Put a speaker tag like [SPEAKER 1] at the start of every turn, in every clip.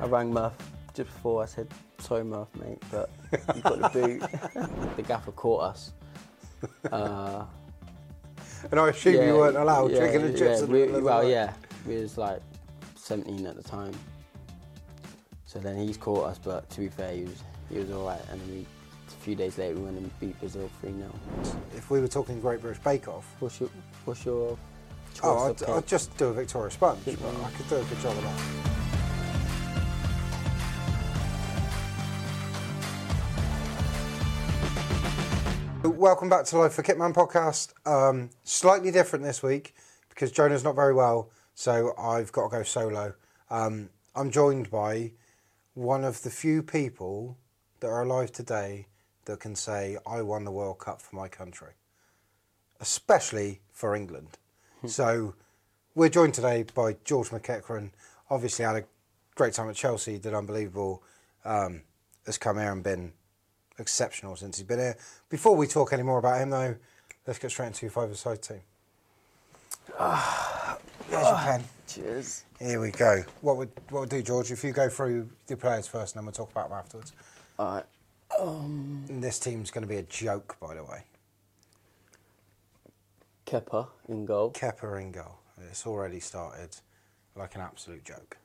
[SPEAKER 1] I rang Murph just before. I said, "Sorry, Murph, mate, but you got the boot." the gaffer caught us. Uh,
[SPEAKER 2] And I assume you weren't allowed chicken and chips.
[SPEAKER 1] Yeah,
[SPEAKER 2] and
[SPEAKER 1] we,
[SPEAKER 2] all of
[SPEAKER 1] well,
[SPEAKER 2] that.
[SPEAKER 1] yeah, we was like 17 at the time. So then he's caught us, but to be fair, he was he was all right. And then we, a few days later, we went and beat Brazil three 0
[SPEAKER 2] If we were talking Great British Bake Off,
[SPEAKER 1] What's your what's your choice
[SPEAKER 2] oh,
[SPEAKER 1] of
[SPEAKER 2] I'd, I'd
[SPEAKER 1] cake?
[SPEAKER 2] just do a Victoria Sponge, but I could do a good job of that. Welcome back to Life for Kitman podcast. Um, slightly different this week because Jonah's not very well, so I've got to go solo. Um, I'm joined by one of the few people that are alive today that can say, I won the World Cup for my country, especially for England.
[SPEAKER 1] Hmm.
[SPEAKER 2] so we're joined today by George McEachran. Obviously, had a great time at Chelsea, did unbelievable, um, has come here and been exceptional since he's been here. Before we talk any more about him, though, let's get straight into your five-a-side team. There's your pen.
[SPEAKER 1] Cheers.
[SPEAKER 2] Here we go. What would what would do, George? If you go through the players first, and then we'll talk about them afterwards.
[SPEAKER 1] All right. Um,
[SPEAKER 2] And this team's going to be a joke, by the way.
[SPEAKER 1] Kepa in goal.
[SPEAKER 2] Kepa in goal. It's already started like an absolute joke.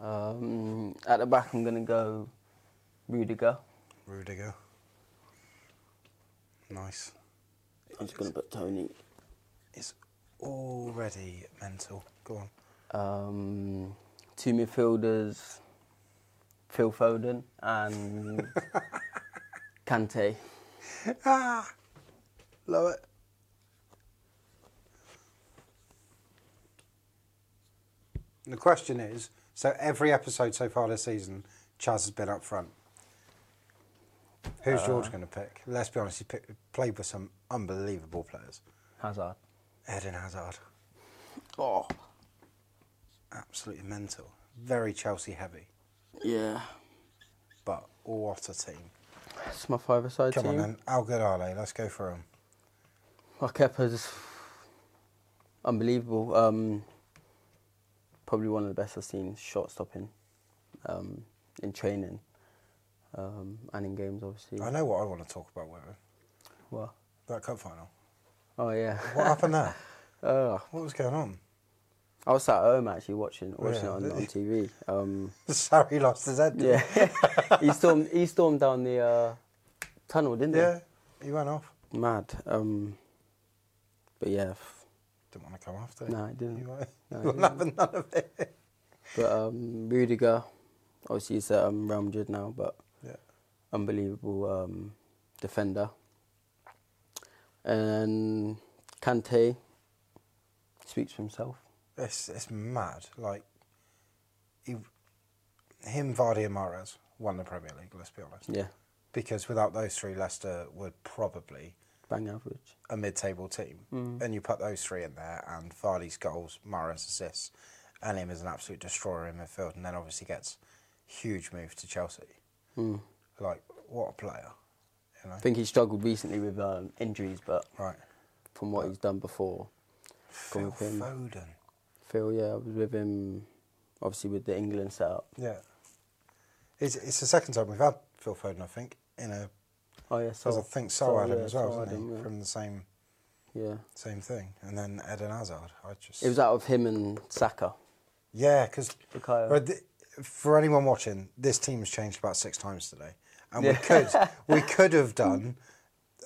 [SPEAKER 1] Um, at the back, I'm going to go Rudiger.
[SPEAKER 2] Rudiger. Nice.
[SPEAKER 1] I'm just going to put Tony.
[SPEAKER 2] It's already mental. Go on.
[SPEAKER 1] Um, two midfielders, Phil Foden and Kante.
[SPEAKER 2] Love it. And the question is so every episode so far this season, Chaz has been up front. Who's George going to pick? Let's be honest, he picked, played with some unbelievable players.
[SPEAKER 1] Hazard.
[SPEAKER 2] Eden Hazard,
[SPEAKER 1] Oh,
[SPEAKER 2] absolutely mental. Very Chelsea heavy,
[SPEAKER 1] yeah.
[SPEAKER 2] but what a team.
[SPEAKER 1] That's my five-a-side
[SPEAKER 2] Come
[SPEAKER 1] team.
[SPEAKER 2] on then, how good are they? Let's go through them.
[SPEAKER 1] Well, Kepa's unbelievable. Um, probably one of the best I've seen shot stopping um, in training um, and in games, obviously.
[SPEAKER 2] I know what I want to talk about with him.
[SPEAKER 1] Well,
[SPEAKER 2] That cup final.
[SPEAKER 1] oh, yeah.
[SPEAKER 2] What happened there?
[SPEAKER 1] Oh,
[SPEAKER 2] What was going on?
[SPEAKER 1] I was sat at home actually watching watching
[SPEAKER 2] Yeah,
[SPEAKER 1] it on,
[SPEAKER 2] did
[SPEAKER 1] on
[SPEAKER 2] you?
[SPEAKER 1] TV. Um,
[SPEAKER 2] Sarri lost his head. didn't he?
[SPEAKER 1] yeah, he stormed he stormed down the uh, tunnel, didn't
[SPEAKER 2] Yeah, he went off.
[SPEAKER 1] he? Mad. Um, but yeah, f-
[SPEAKER 2] Didn't want to come after.
[SPEAKER 1] No, he didn't.
[SPEAKER 2] You won't
[SPEAKER 1] No, he
[SPEAKER 2] you won't have none of it.
[SPEAKER 1] but um, Rudiger, obviously he's at um, Real Madrid now, but
[SPEAKER 2] Yeah.
[SPEAKER 1] unbelievable um, defender. And Kante speaks for himself.
[SPEAKER 2] It's it's mad. Like he, him, Vardy, and Mares won the Premier League, let's be honest.
[SPEAKER 1] Yeah,
[SPEAKER 2] Because without those three, Leicester would probably
[SPEAKER 1] bang average.
[SPEAKER 2] a mid-table team,
[SPEAKER 1] Mm.
[SPEAKER 2] and you put those three in there, and Vardy's goals, Mara's assists, and him is an absolute destroyer in midfield, and then obviously gets huge move to Chelsea.
[SPEAKER 1] Hmm.
[SPEAKER 2] Like what a player, you know?
[SPEAKER 1] I think he struggled recently with um, injuries, but
[SPEAKER 2] right?
[SPEAKER 1] from what he's done before,
[SPEAKER 2] Uh, Phil
[SPEAKER 1] with him.
[SPEAKER 2] Foden,
[SPEAKER 1] Phil, yeah, I was with him, obviously with the England setup.
[SPEAKER 2] yeah. It's it's the second time we've had Phil Foden, I think, in a
[SPEAKER 1] Oh yeah,
[SPEAKER 2] because
[SPEAKER 1] so
[SPEAKER 2] I think Sol had him
[SPEAKER 1] yeah,
[SPEAKER 2] as well,
[SPEAKER 1] Sol
[SPEAKER 2] didn't
[SPEAKER 1] had
[SPEAKER 2] he?
[SPEAKER 1] him, yeah.
[SPEAKER 2] From the same
[SPEAKER 1] yeah,
[SPEAKER 2] same thing, and then Eden Hazard. I just
[SPEAKER 1] it was out of him and Saka.
[SPEAKER 2] Yeah, because
[SPEAKER 1] Bukayo.
[SPEAKER 2] for anyone watching, this team's changed about six times today, and we could we could have done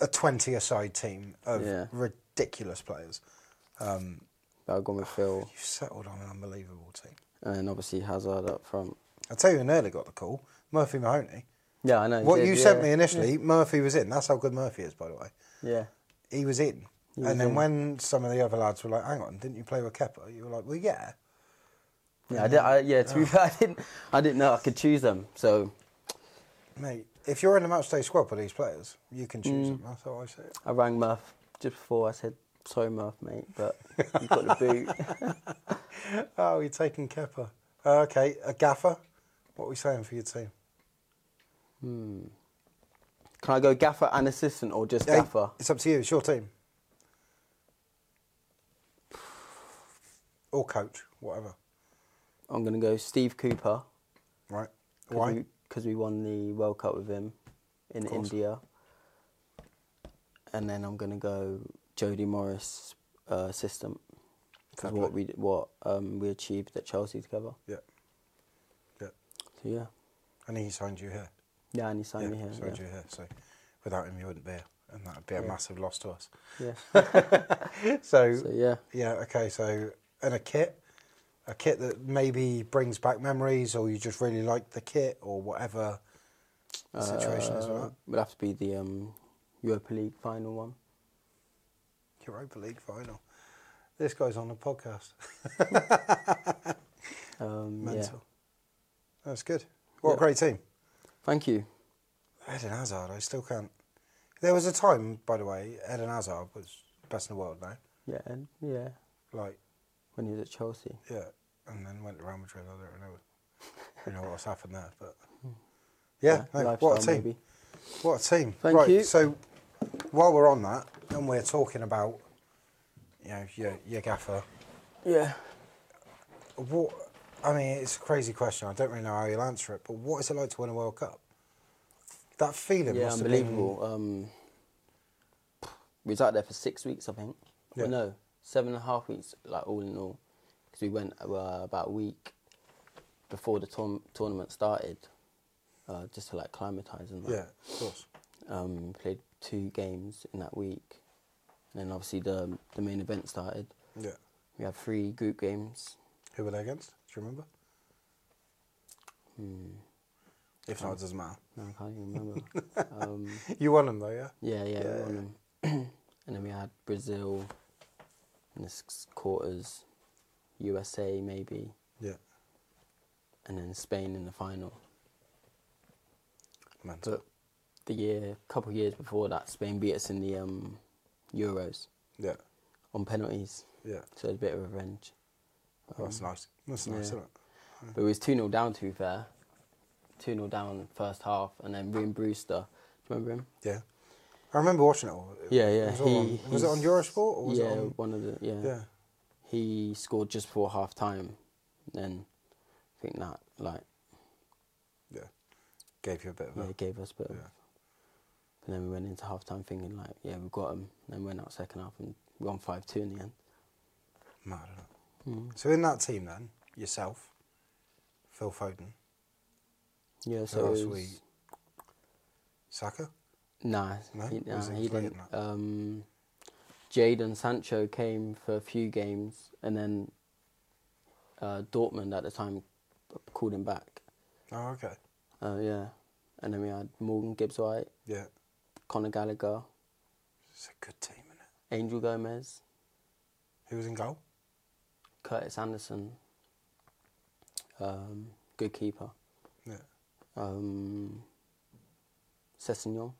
[SPEAKER 2] a twenty-a-side team of
[SPEAKER 1] Yeah.
[SPEAKER 2] ridiculous players.
[SPEAKER 1] But I've gone with Phil,
[SPEAKER 2] You've settled on an unbelievable team.
[SPEAKER 1] and then obviously Hazard up front.
[SPEAKER 2] I tell you, who nearly got the call Murphy Mahoney.
[SPEAKER 1] Yeah, I know.
[SPEAKER 2] What
[SPEAKER 1] yeah,
[SPEAKER 2] you
[SPEAKER 1] yeah.
[SPEAKER 2] sent me initially, Murphy was in. That's how good Murphy is, by the way.
[SPEAKER 1] Yeah,
[SPEAKER 2] He was in. and then when some of the other lads were like, "Hang on, didn't you play with Kepper?" You were like, "Well, yeah."
[SPEAKER 1] yeah, I did, I, yeah. To be
[SPEAKER 2] Oh.
[SPEAKER 1] fair, I didn't, I didn't know I could choose them. So
[SPEAKER 2] Mate, if you're in a matchday squad with these players, you can choose them. That's how I say it.
[SPEAKER 1] I rang Murph just before. I said, "Sorry, Murph, mate, but you've got the boot."
[SPEAKER 2] Oh, you're taking Kepper. Uh, okay, a gaffer. What are we saying for your team?
[SPEAKER 1] Can I go gaffer and assistant, or just
[SPEAKER 2] Hey,
[SPEAKER 1] gaffer?
[SPEAKER 2] It's up to you. It's your team. Or coach, whatever.
[SPEAKER 1] I'm gonna go Steve Cooper.
[SPEAKER 2] Right? Why?
[SPEAKER 1] Because we, won the World Cup with him in India. And then I'm gonna go Jody Morris uh, assistant
[SPEAKER 2] Fair
[SPEAKER 1] because what
[SPEAKER 2] play.
[SPEAKER 1] we what um, we achieved at Chelsea together.
[SPEAKER 2] Yeah. Yeah.
[SPEAKER 1] So yeah,
[SPEAKER 2] And he signed you here.
[SPEAKER 1] yeah, and he signed me
[SPEAKER 2] yeah,
[SPEAKER 1] here.
[SPEAKER 2] signed you here. So without him, you wouldn't be here. And that would be a massive loss to us.
[SPEAKER 1] yeah.
[SPEAKER 2] So,
[SPEAKER 1] yeah. so yeah,
[SPEAKER 2] yeah, okay. So, and a kit. A kit that maybe brings back memories or you just really like the kit or whatever the situation is with
[SPEAKER 1] uh,
[SPEAKER 2] that.
[SPEAKER 1] would have to be the um, Europa League final one.
[SPEAKER 2] Europa League final. This guy's on the podcast.
[SPEAKER 1] Um, yeah.
[SPEAKER 2] Mental. That's good. What a great team.
[SPEAKER 1] Thank you.
[SPEAKER 2] Eden Hazard, I still can't. There was a time, by the way, Eden Hazard was best in the world, no?
[SPEAKER 1] Yeah, and yeah.
[SPEAKER 2] Like,
[SPEAKER 1] When he was at Chelsea,
[SPEAKER 2] yeah. And then went to Real Madrid, I don't know. You know what's happened there, but. Yeah, no, what a
[SPEAKER 1] Hmm. lifestyle
[SPEAKER 2] team.
[SPEAKER 1] maybe.
[SPEAKER 2] What a team.
[SPEAKER 1] Thank
[SPEAKER 2] right,
[SPEAKER 1] you.
[SPEAKER 2] so while we're on that, and we're talking about, you know, your, your gaffer,
[SPEAKER 1] Yeah.
[SPEAKER 2] what. I mean, it's a crazy question. I don't really know how you'll answer it, but what is it like to win a World Cup? That feeling
[SPEAKER 1] yeah,
[SPEAKER 2] must
[SPEAKER 1] unbelievable. Um, we was out there for six weeks, I think.
[SPEAKER 2] Yeah.
[SPEAKER 1] Well, no, seven and a half weeks, like all in all, because we went uh, about a week before the tour- tournament started, uh, just to like climatise and
[SPEAKER 2] have been.
[SPEAKER 1] that.
[SPEAKER 2] Yeah, of course.
[SPEAKER 1] Um, played two games in that week, and then obviously the the main event started.
[SPEAKER 2] Yeah.
[SPEAKER 1] We had three group games.
[SPEAKER 2] Who were they against? Do you remember? If not, it doesn't matter.
[SPEAKER 1] Hmm. No, I can't even remember. um,
[SPEAKER 2] You won them though, yeah?
[SPEAKER 1] Yeah, yeah, we won them. and then we had Brazil in the s- quarters, USA maybe,
[SPEAKER 2] Yeah.
[SPEAKER 1] and then Spain in the final.
[SPEAKER 2] Mental.
[SPEAKER 1] But the year, couple of years before that, Spain beat us in the um, Euros
[SPEAKER 2] Yeah.
[SPEAKER 1] on penalties.
[SPEAKER 2] Yeah.
[SPEAKER 1] So it was a bit of revenge.
[SPEAKER 2] Oh, that's nice. That's nice,
[SPEAKER 1] Um, yeah.
[SPEAKER 2] isn't it? Mm.
[SPEAKER 1] But it was 2 0 down, to be fair. 2 0 down first half, and then Ream Brewster. Do you remember him?
[SPEAKER 2] Yeah. I remember watching it all. It-
[SPEAKER 1] Yeah, yeah.
[SPEAKER 2] It was, all on, was it on
[SPEAKER 1] he's-
[SPEAKER 2] Eurosport or was
[SPEAKER 1] yeah,
[SPEAKER 2] it on.
[SPEAKER 1] one of the yeah.
[SPEAKER 2] Yeah.
[SPEAKER 1] He scored just before half time. Then I think that like
[SPEAKER 2] Yeah. Gave you a bit of
[SPEAKER 1] yeah,
[SPEAKER 2] a.
[SPEAKER 1] it gave us a bit. of-
[SPEAKER 2] Yeah.
[SPEAKER 1] But then we went into half time thinking like yeah we've got him. Then went out second half and we won five two in the end.
[SPEAKER 2] Mad, isn't it?
[SPEAKER 1] Mm.
[SPEAKER 2] So in that team then, yourself, Phil Foden,
[SPEAKER 1] Yeah, so
[SPEAKER 2] who
[SPEAKER 1] it
[SPEAKER 2] else
[SPEAKER 1] was,
[SPEAKER 2] were we? Saka?
[SPEAKER 1] nah,
[SPEAKER 2] No?
[SPEAKER 1] he,
[SPEAKER 2] Was
[SPEAKER 1] nah,
[SPEAKER 2] it
[SPEAKER 1] he
[SPEAKER 2] later
[SPEAKER 1] didn't.
[SPEAKER 2] than that?
[SPEAKER 1] Um, Jade and Sancho came for a few games and then uh, Dortmund at the time called him back.
[SPEAKER 2] Oh, okay.
[SPEAKER 1] Uh, yeah, and then we had Morgan Gibbs White,
[SPEAKER 2] Yeah.
[SPEAKER 1] Conor Gallagher,
[SPEAKER 2] It's a good team, isn't it?
[SPEAKER 1] Angel Gomez,
[SPEAKER 2] Who was in goal?
[SPEAKER 1] Curtis Anderson, um, good keeper,
[SPEAKER 2] Yeah.
[SPEAKER 1] um, Cessignon,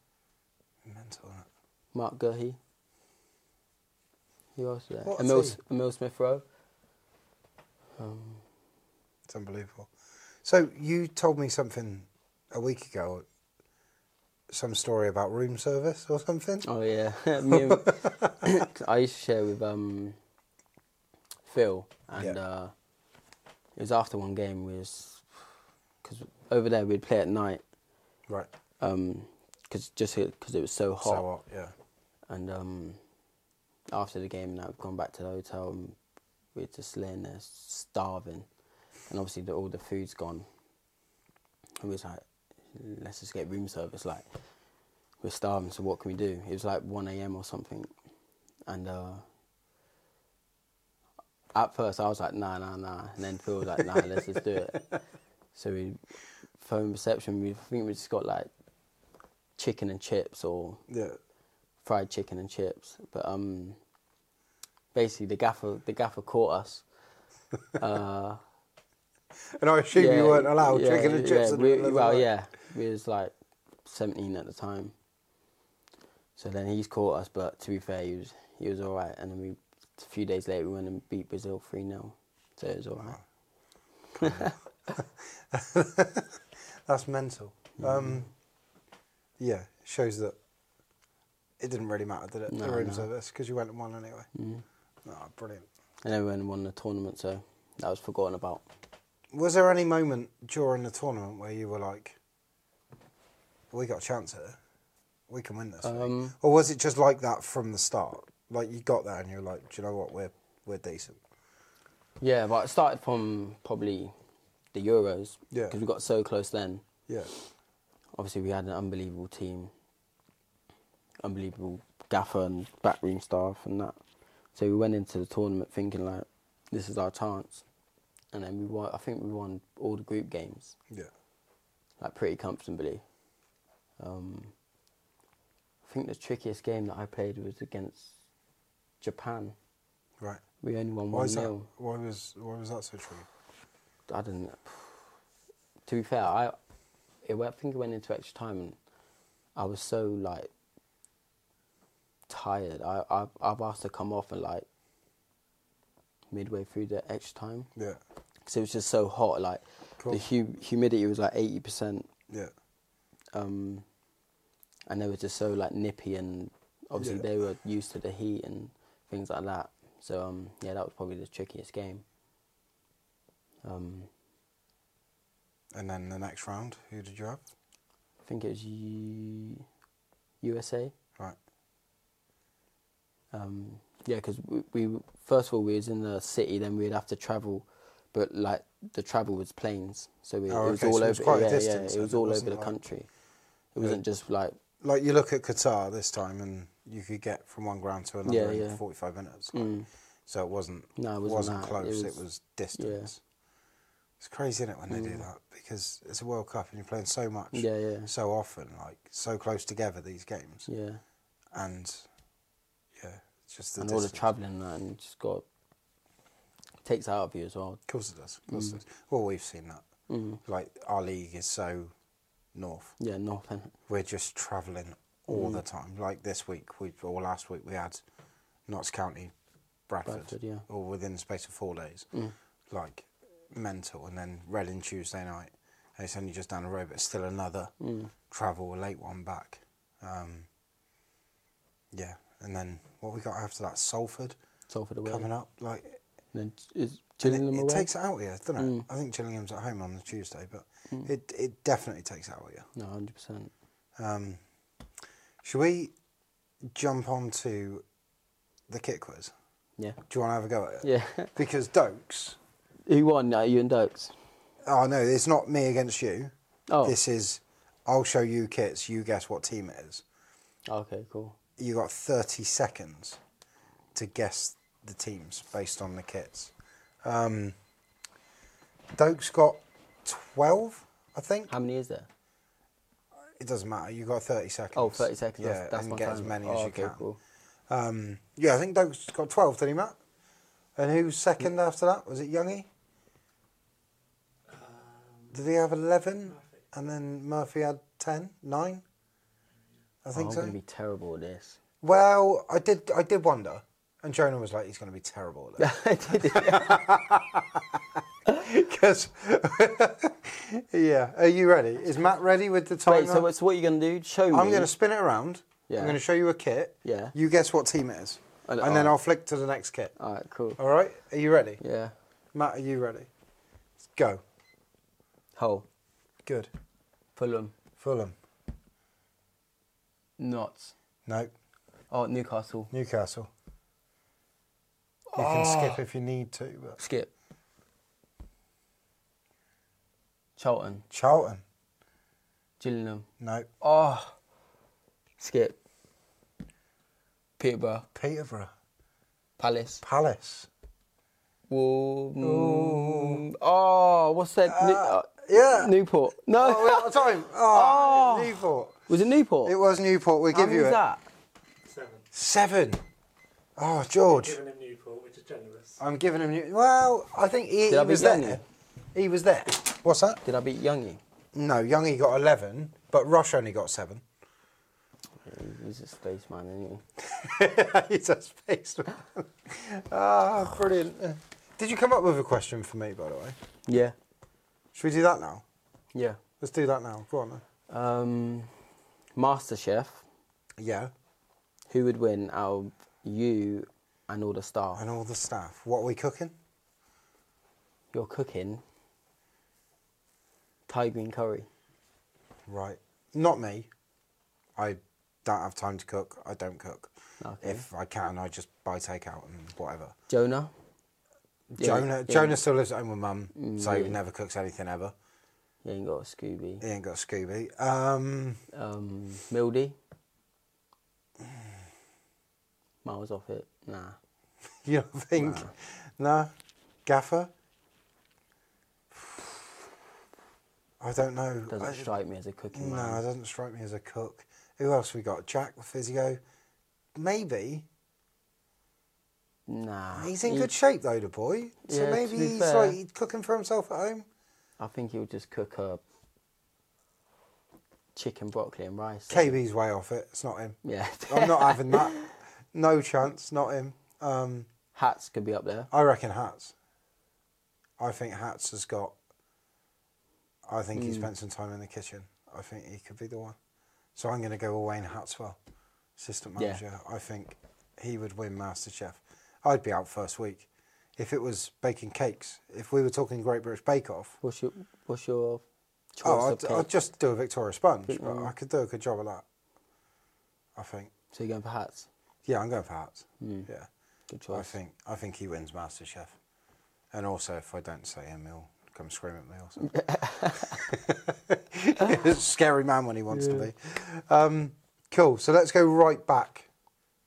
[SPEAKER 2] Mental. isn't it?
[SPEAKER 1] Mark Gurhey. Who else is there?
[SPEAKER 2] What a
[SPEAKER 1] Emil,
[SPEAKER 2] team.
[SPEAKER 1] Emil Smith Rowe.
[SPEAKER 2] It's unbelievable. So you told me something a week ago, some story about room service or something.
[SPEAKER 1] Oh yeah, me and, 'cause I used to share with um, Phil, and
[SPEAKER 2] Yeah.
[SPEAKER 1] uh, it was after one game. We was because over there we'd play at night,
[SPEAKER 2] Right.
[SPEAKER 1] because just because it was so hot,
[SPEAKER 2] So what? Yeah.
[SPEAKER 1] and um, after the game, and that we'd gone back to the hotel, and we're just laying there starving, and obviously the, all the food's gone, and we was like, let's just get room service, like we're starving, so what can we do? It was like 1 a.m. or something. And uh, at first I was like, nah, nah, nah. And then Phil was like, nah, let's just do it. So we, phone reception, we I think we just got like chicken and chips or
[SPEAKER 2] Yeah.
[SPEAKER 1] fried chicken and chips. But um, basically the gaffer, the gaffer caught us.
[SPEAKER 2] And I assume you weren't allowed
[SPEAKER 1] yeah,
[SPEAKER 2] chicken and chips.
[SPEAKER 1] Yeah,
[SPEAKER 2] and
[SPEAKER 1] we,
[SPEAKER 2] all that,
[SPEAKER 1] well,
[SPEAKER 2] right?
[SPEAKER 1] yeah, we was like seventeen at the time. So then he's caught us, but to be fair, he was he was all right. And then we, a few days later, we went and beat Brazil three 0 So it was all right.
[SPEAKER 2] That's mental.
[SPEAKER 1] Mm-hmm.
[SPEAKER 2] Um, yeah, shows that it didn't really matter, did it? the
[SPEAKER 1] No,
[SPEAKER 2] room
[SPEAKER 1] no. Mm.
[SPEAKER 2] service because you went and won anyway. Oh, brilliant.
[SPEAKER 1] And then we went and won the tournament, so that was forgotten about.
[SPEAKER 2] Was there any moment during the tournament where you were like, "We got a chance here, we can win this," thing?"
[SPEAKER 1] Um,
[SPEAKER 2] or was it just like that from the start? Like you got there and you're like, "Do you know what? We're we're decent."
[SPEAKER 1] Yeah, but it started from probably the Euros
[SPEAKER 2] Yeah.
[SPEAKER 1] because we got so close then.
[SPEAKER 2] Yeah,
[SPEAKER 1] obviously we had an unbelievable team, unbelievable gaffer and backroom staff and that. So we went into the tournament thinking like, this is our chance, and then we won. I think we won all the group games
[SPEAKER 2] yeah,
[SPEAKER 1] like pretty comfortably. Um, I think the trickiest game that I played was against Japan.
[SPEAKER 2] right.
[SPEAKER 1] We only won
[SPEAKER 2] Why
[SPEAKER 1] one
[SPEAKER 2] is that?
[SPEAKER 1] 0
[SPEAKER 2] Why was why was that so true?
[SPEAKER 1] I didn't. To be fair, I it went, I think it went into extra time, and I was so like tired. I I've, I've asked to come off and like midway through the extra time
[SPEAKER 2] Yeah,
[SPEAKER 1] because it was just so hot. Like the hu- humidity was like eighty percent,
[SPEAKER 2] yeah,
[SPEAKER 1] um, and they were just so like nippy, and obviously
[SPEAKER 2] Yeah.
[SPEAKER 1] they were used to the heat and things like that. So um, yeah, that was probably the trickiest game. Um,
[SPEAKER 2] and then the next round, who did you have?
[SPEAKER 1] I think it was U- USA.
[SPEAKER 2] Right.
[SPEAKER 1] Um, yeah, because we, we first of all we was in the city, then we'd have to travel, but like the travel was planes, so we,
[SPEAKER 2] Oh,
[SPEAKER 1] it was
[SPEAKER 2] okay,
[SPEAKER 1] all
[SPEAKER 2] so it
[SPEAKER 1] over.
[SPEAKER 2] was quite a
[SPEAKER 1] yeah,
[SPEAKER 2] distance
[SPEAKER 1] yeah,
[SPEAKER 2] then,
[SPEAKER 1] it was
[SPEAKER 2] it
[SPEAKER 1] all over
[SPEAKER 2] wasn't
[SPEAKER 1] the
[SPEAKER 2] like-
[SPEAKER 1] country. It wasn't just like
[SPEAKER 2] Like you look at Qatar this time, and you could get from one ground to another
[SPEAKER 1] Yeah,
[SPEAKER 2] in
[SPEAKER 1] yeah.
[SPEAKER 2] forty-five minutes. like, So it wasn't.
[SPEAKER 1] No, it wasn't that. It
[SPEAKER 2] close. It was,
[SPEAKER 1] was-
[SPEAKER 2] distance. It's crazy, is it, when they do that because it's a World Cup and you're playing so much,
[SPEAKER 1] Mm. Yeah, yeah.
[SPEAKER 2] so often, like so close together these games,
[SPEAKER 1] yeah,
[SPEAKER 2] and yeah, it's just the
[SPEAKER 1] and all
[SPEAKER 2] distance.
[SPEAKER 1] the traveling and just got takes out of you as well.
[SPEAKER 2] Of course it does. Of
[SPEAKER 1] Mm.
[SPEAKER 2] course it does. Well, we've seen that. Like our league is so north.
[SPEAKER 1] Yeah, nothing.
[SPEAKER 2] we're just travelling all
[SPEAKER 1] Mm.
[SPEAKER 2] the time. Like this week, we or last week, we had Notts County, Bradford,
[SPEAKER 1] Bradford, yeah. Mm.
[SPEAKER 2] all within the space of four days. Like mental, and then Reading Tuesday night. And it's only just down the road, but still another
[SPEAKER 1] Mm.
[SPEAKER 2] travel, a late one back. Um, yeah, and then what we got after that, Salford
[SPEAKER 1] Salford away.
[SPEAKER 2] coming up. Like
[SPEAKER 1] And then is
[SPEAKER 2] and
[SPEAKER 1] Gillingham
[SPEAKER 2] it, it
[SPEAKER 1] away. Mm.
[SPEAKER 2] takes it out of you, doesn't it? I think Gillingham's at home on the Tuesday, but it it definitely takes it out of you.
[SPEAKER 1] no, hundred percent.
[SPEAKER 2] Um, should we jump on to the kit quiz?
[SPEAKER 1] Yeah,
[SPEAKER 2] Do you want to have a go at it?
[SPEAKER 1] yeah.
[SPEAKER 2] Because Dokes,
[SPEAKER 1] Who won? Uh, you and Dokes.
[SPEAKER 2] oh no, it's not me against you.
[SPEAKER 1] Oh,
[SPEAKER 2] This is, I'll show you kits, you guess what team it is.
[SPEAKER 1] okay, cool.
[SPEAKER 2] You got 30 seconds to guess the teams based on the kits. Um, Dokes got 12, I think.
[SPEAKER 1] How many is there?
[SPEAKER 2] It doesn't matter, you got 30 seconds.
[SPEAKER 1] Oh, 30 seconds.
[SPEAKER 2] Yeah,
[SPEAKER 1] that's, that's
[SPEAKER 2] and
[SPEAKER 1] my
[SPEAKER 2] get as
[SPEAKER 1] time.
[SPEAKER 2] many
[SPEAKER 1] Oh,
[SPEAKER 2] as you
[SPEAKER 1] okay,
[SPEAKER 2] can.
[SPEAKER 1] Cool.
[SPEAKER 2] Um, yeah, I think Doug's got 12, didn't he, Matt? And who was second after that? Was it Youngie? Did he have 11? and then Murphy had 10, 9? I think
[SPEAKER 1] I'm
[SPEAKER 2] so.
[SPEAKER 1] going to Oh, be terrible at this.
[SPEAKER 2] Well, I did I did wonder. And Jonah was like, he's going to be terrible at it. Because, yeah. Are you ready? Is Matt ready with the timer?
[SPEAKER 1] Wait, so, what- so what are you going to do? Show me.
[SPEAKER 2] I'm going to spin it around.
[SPEAKER 1] Yeah.
[SPEAKER 2] I'm going to show you a kit.
[SPEAKER 1] Yeah.
[SPEAKER 2] You guess what team it is.
[SPEAKER 1] And-
[SPEAKER 2] And, then
[SPEAKER 1] alright.
[SPEAKER 2] I'll flick to the next kit.
[SPEAKER 1] All right, cool.
[SPEAKER 2] All right? Are you ready?
[SPEAKER 1] Yeah.
[SPEAKER 2] Matt, are you ready? Let's go.
[SPEAKER 1] Hull.
[SPEAKER 2] Good.
[SPEAKER 1] Fulham.
[SPEAKER 2] Fulham.
[SPEAKER 1] Not.
[SPEAKER 2] No.
[SPEAKER 1] Oh, Newcastle.
[SPEAKER 2] Newcastle. You
[SPEAKER 1] Ah.
[SPEAKER 2] can skip if you need to. But...
[SPEAKER 1] Skip. Charlton.
[SPEAKER 2] Charlton.
[SPEAKER 1] Gillingham.
[SPEAKER 2] No.
[SPEAKER 1] Oh. Skip. Peterborough.
[SPEAKER 2] Peterborough.
[SPEAKER 1] Palace.
[SPEAKER 2] Palace.
[SPEAKER 1] Wall. Oh, what's that? New- uh,
[SPEAKER 2] yeah.
[SPEAKER 1] Newport. No.
[SPEAKER 2] Oh, we're out of time. Oh, Newport.
[SPEAKER 1] was it Newport?
[SPEAKER 2] It was Newport. We
[SPEAKER 1] Ah. How
[SPEAKER 2] give
[SPEAKER 1] many
[SPEAKER 2] you
[SPEAKER 1] was
[SPEAKER 2] it.
[SPEAKER 1] that?
[SPEAKER 2] Seven. Oh, George.
[SPEAKER 3] Given him Newport, which is generous.
[SPEAKER 2] I'm giving him. New- well, I think he,
[SPEAKER 1] Did I
[SPEAKER 2] he was
[SPEAKER 1] beat
[SPEAKER 2] there.
[SPEAKER 1] Youngie?
[SPEAKER 2] He was there. What's that?
[SPEAKER 1] Did I beat Youngie?
[SPEAKER 2] No, Youngie got eleven, but Rush only got seven.
[SPEAKER 1] He's a spaceman, isn't
[SPEAKER 2] He's a spaceman. Ah, brilliant. Did you come up with a question for me, by the way?
[SPEAKER 1] he? Yeah.
[SPEAKER 2] Should we do that now?
[SPEAKER 1] Yeah.
[SPEAKER 2] Let's do that now. Go on. Then.
[SPEAKER 1] Um, MasterChef.
[SPEAKER 2] Yeah.
[SPEAKER 1] Who would win out of you and all the staff?
[SPEAKER 2] And all the staff. What are we cooking?
[SPEAKER 1] You're cooking Thai green curry.
[SPEAKER 2] Right. Not me. I don't have time to cook. I don't cook.
[SPEAKER 1] Okay.
[SPEAKER 2] If I can, I just buy takeout and whatever.
[SPEAKER 1] Jonah. Yeah,
[SPEAKER 2] Jonah,
[SPEAKER 1] yeah. Mm.
[SPEAKER 2] Jonah still lives at home with mum, so he never cooks anything ever.
[SPEAKER 1] You ain't got a Scooby.
[SPEAKER 2] He ain't got a Scooby. Um,
[SPEAKER 1] Um, Mildy. Miles off it. Nah.
[SPEAKER 2] you don't think? No. Gaffer? I don't know.
[SPEAKER 1] Doesn't
[SPEAKER 2] I-
[SPEAKER 1] strike me as a cooking
[SPEAKER 2] no,
[SPEAKER 1] man.
[SPEAKER 2] it doesn't strike me as a cook. Who else we got? Jack, the physio? Maybe.
[SPEAKER 1] Nah.
[SPEAKER 2] He's in
[SPEAKER 1] Ah, He-
[SPEAKER 2] good shape though, the boy. So
[SPEAKER 1] Yeah, to
[SPEAKER 2] maybe
[SPEAKER 1] be
[SPEAKER 2] he's
[SPEAKER 1] fair.
[SPEAKER 2] like cooking for himself at home.
[SPEAKER 1] I think he'll just cook a chicken, broccoli, and rice.
[SPEAKER 2] KB's way off it. It's not him.
[SPEAKER 1] Yeah.
[SPEAKER 2] I'm not having that. No chance. Not him. Um,
[SPEAKER 1] Hats could be up there.
[SPEAKER 2] I reckon Hats. I think Hats has got. I think
[SPEAKER 1] Hmm.
[SPEAKER 2] he spent some time in the kitchen. I think he could be the one. So I'm going to go with Wayne Hatswell, assistant
[SPEAKER 1] Yeah.
[SPEAKER 2] manager. I think he would win MasterChef. I'd be out first week. If it was baking cakes, if we were talking Great British Bake Off,
[SPEAKER 1] What's your What's your choice
[SPEAKER 2] oh,
[SPEAKER 1] of
[SPEAKER 2] I'd,
[SPEAKER 1] cake?
[SPEAKER 2] I'd just do a Victoria Sponge, but I could do a good job of that. I think.
[SPEAKER 1] So you're going for hats.
[SPEAKER 2] Yeah, I'm going for Hats.
[SPEAKER 1] Hmm.
[SPEAKER 2] Yeah.
[SPEAKER 1] Good
[SPEAKER 2] I
[SPEAKER 1] choice.
[SPEAKER 2] think I think he wins MasterChef. And also, if I don't say him, he'll come scream at me or something. He's a scary man when he wants to be. Um, cool. So let's go right back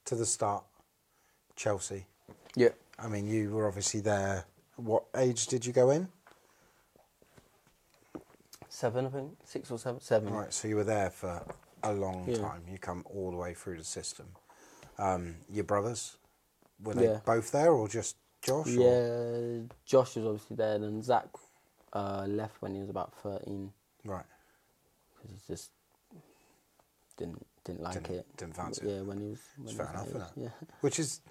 [SPEAKER 2] to the start. Chelsea.
[SPEAKER 1] Yeah.
[SPEAKER 2] I mean, you were obviously there. What age did you go in?
[SPEAKER 1] Seven, I think. Six or seven. Seven.
[SPEAKER 2] Right. So you were there for a long
[SPEAKER 1] Mm. Yeah.
[SPEAKER 2] time. You come all the way through the system. Um, your brothers were they
[SPEAKER 1] Yeah.
[SPEAKER 2] both there or just Josh? or-
[SPEAKER 1] Yeah. Josh was obviously there, and Zach uh, left when he was about thirteen
[SPEAKER 2] Right.
[SPEAKER 1] because he just didn't didn't like
[SPEAKER 2] Didn't-
[SPEAKER 1] it.
[SPEAKER 2] didn't fancy it.
[SPEAKER 1] Yeah. When he was. When
[SPEAKER 2] It's
[SPEAKER 1] he
[SPEAKER 2] fair
[SPEAKER 1] was
[SPEAKER 2] enough,
[SPEAKER 1] that
[SPEAKER 2] isn't
[SPEAKER 1] age,
[SPEAKER 2] it?
[SPEAKER 1] Yeah.
[SPEAKER 2] Which is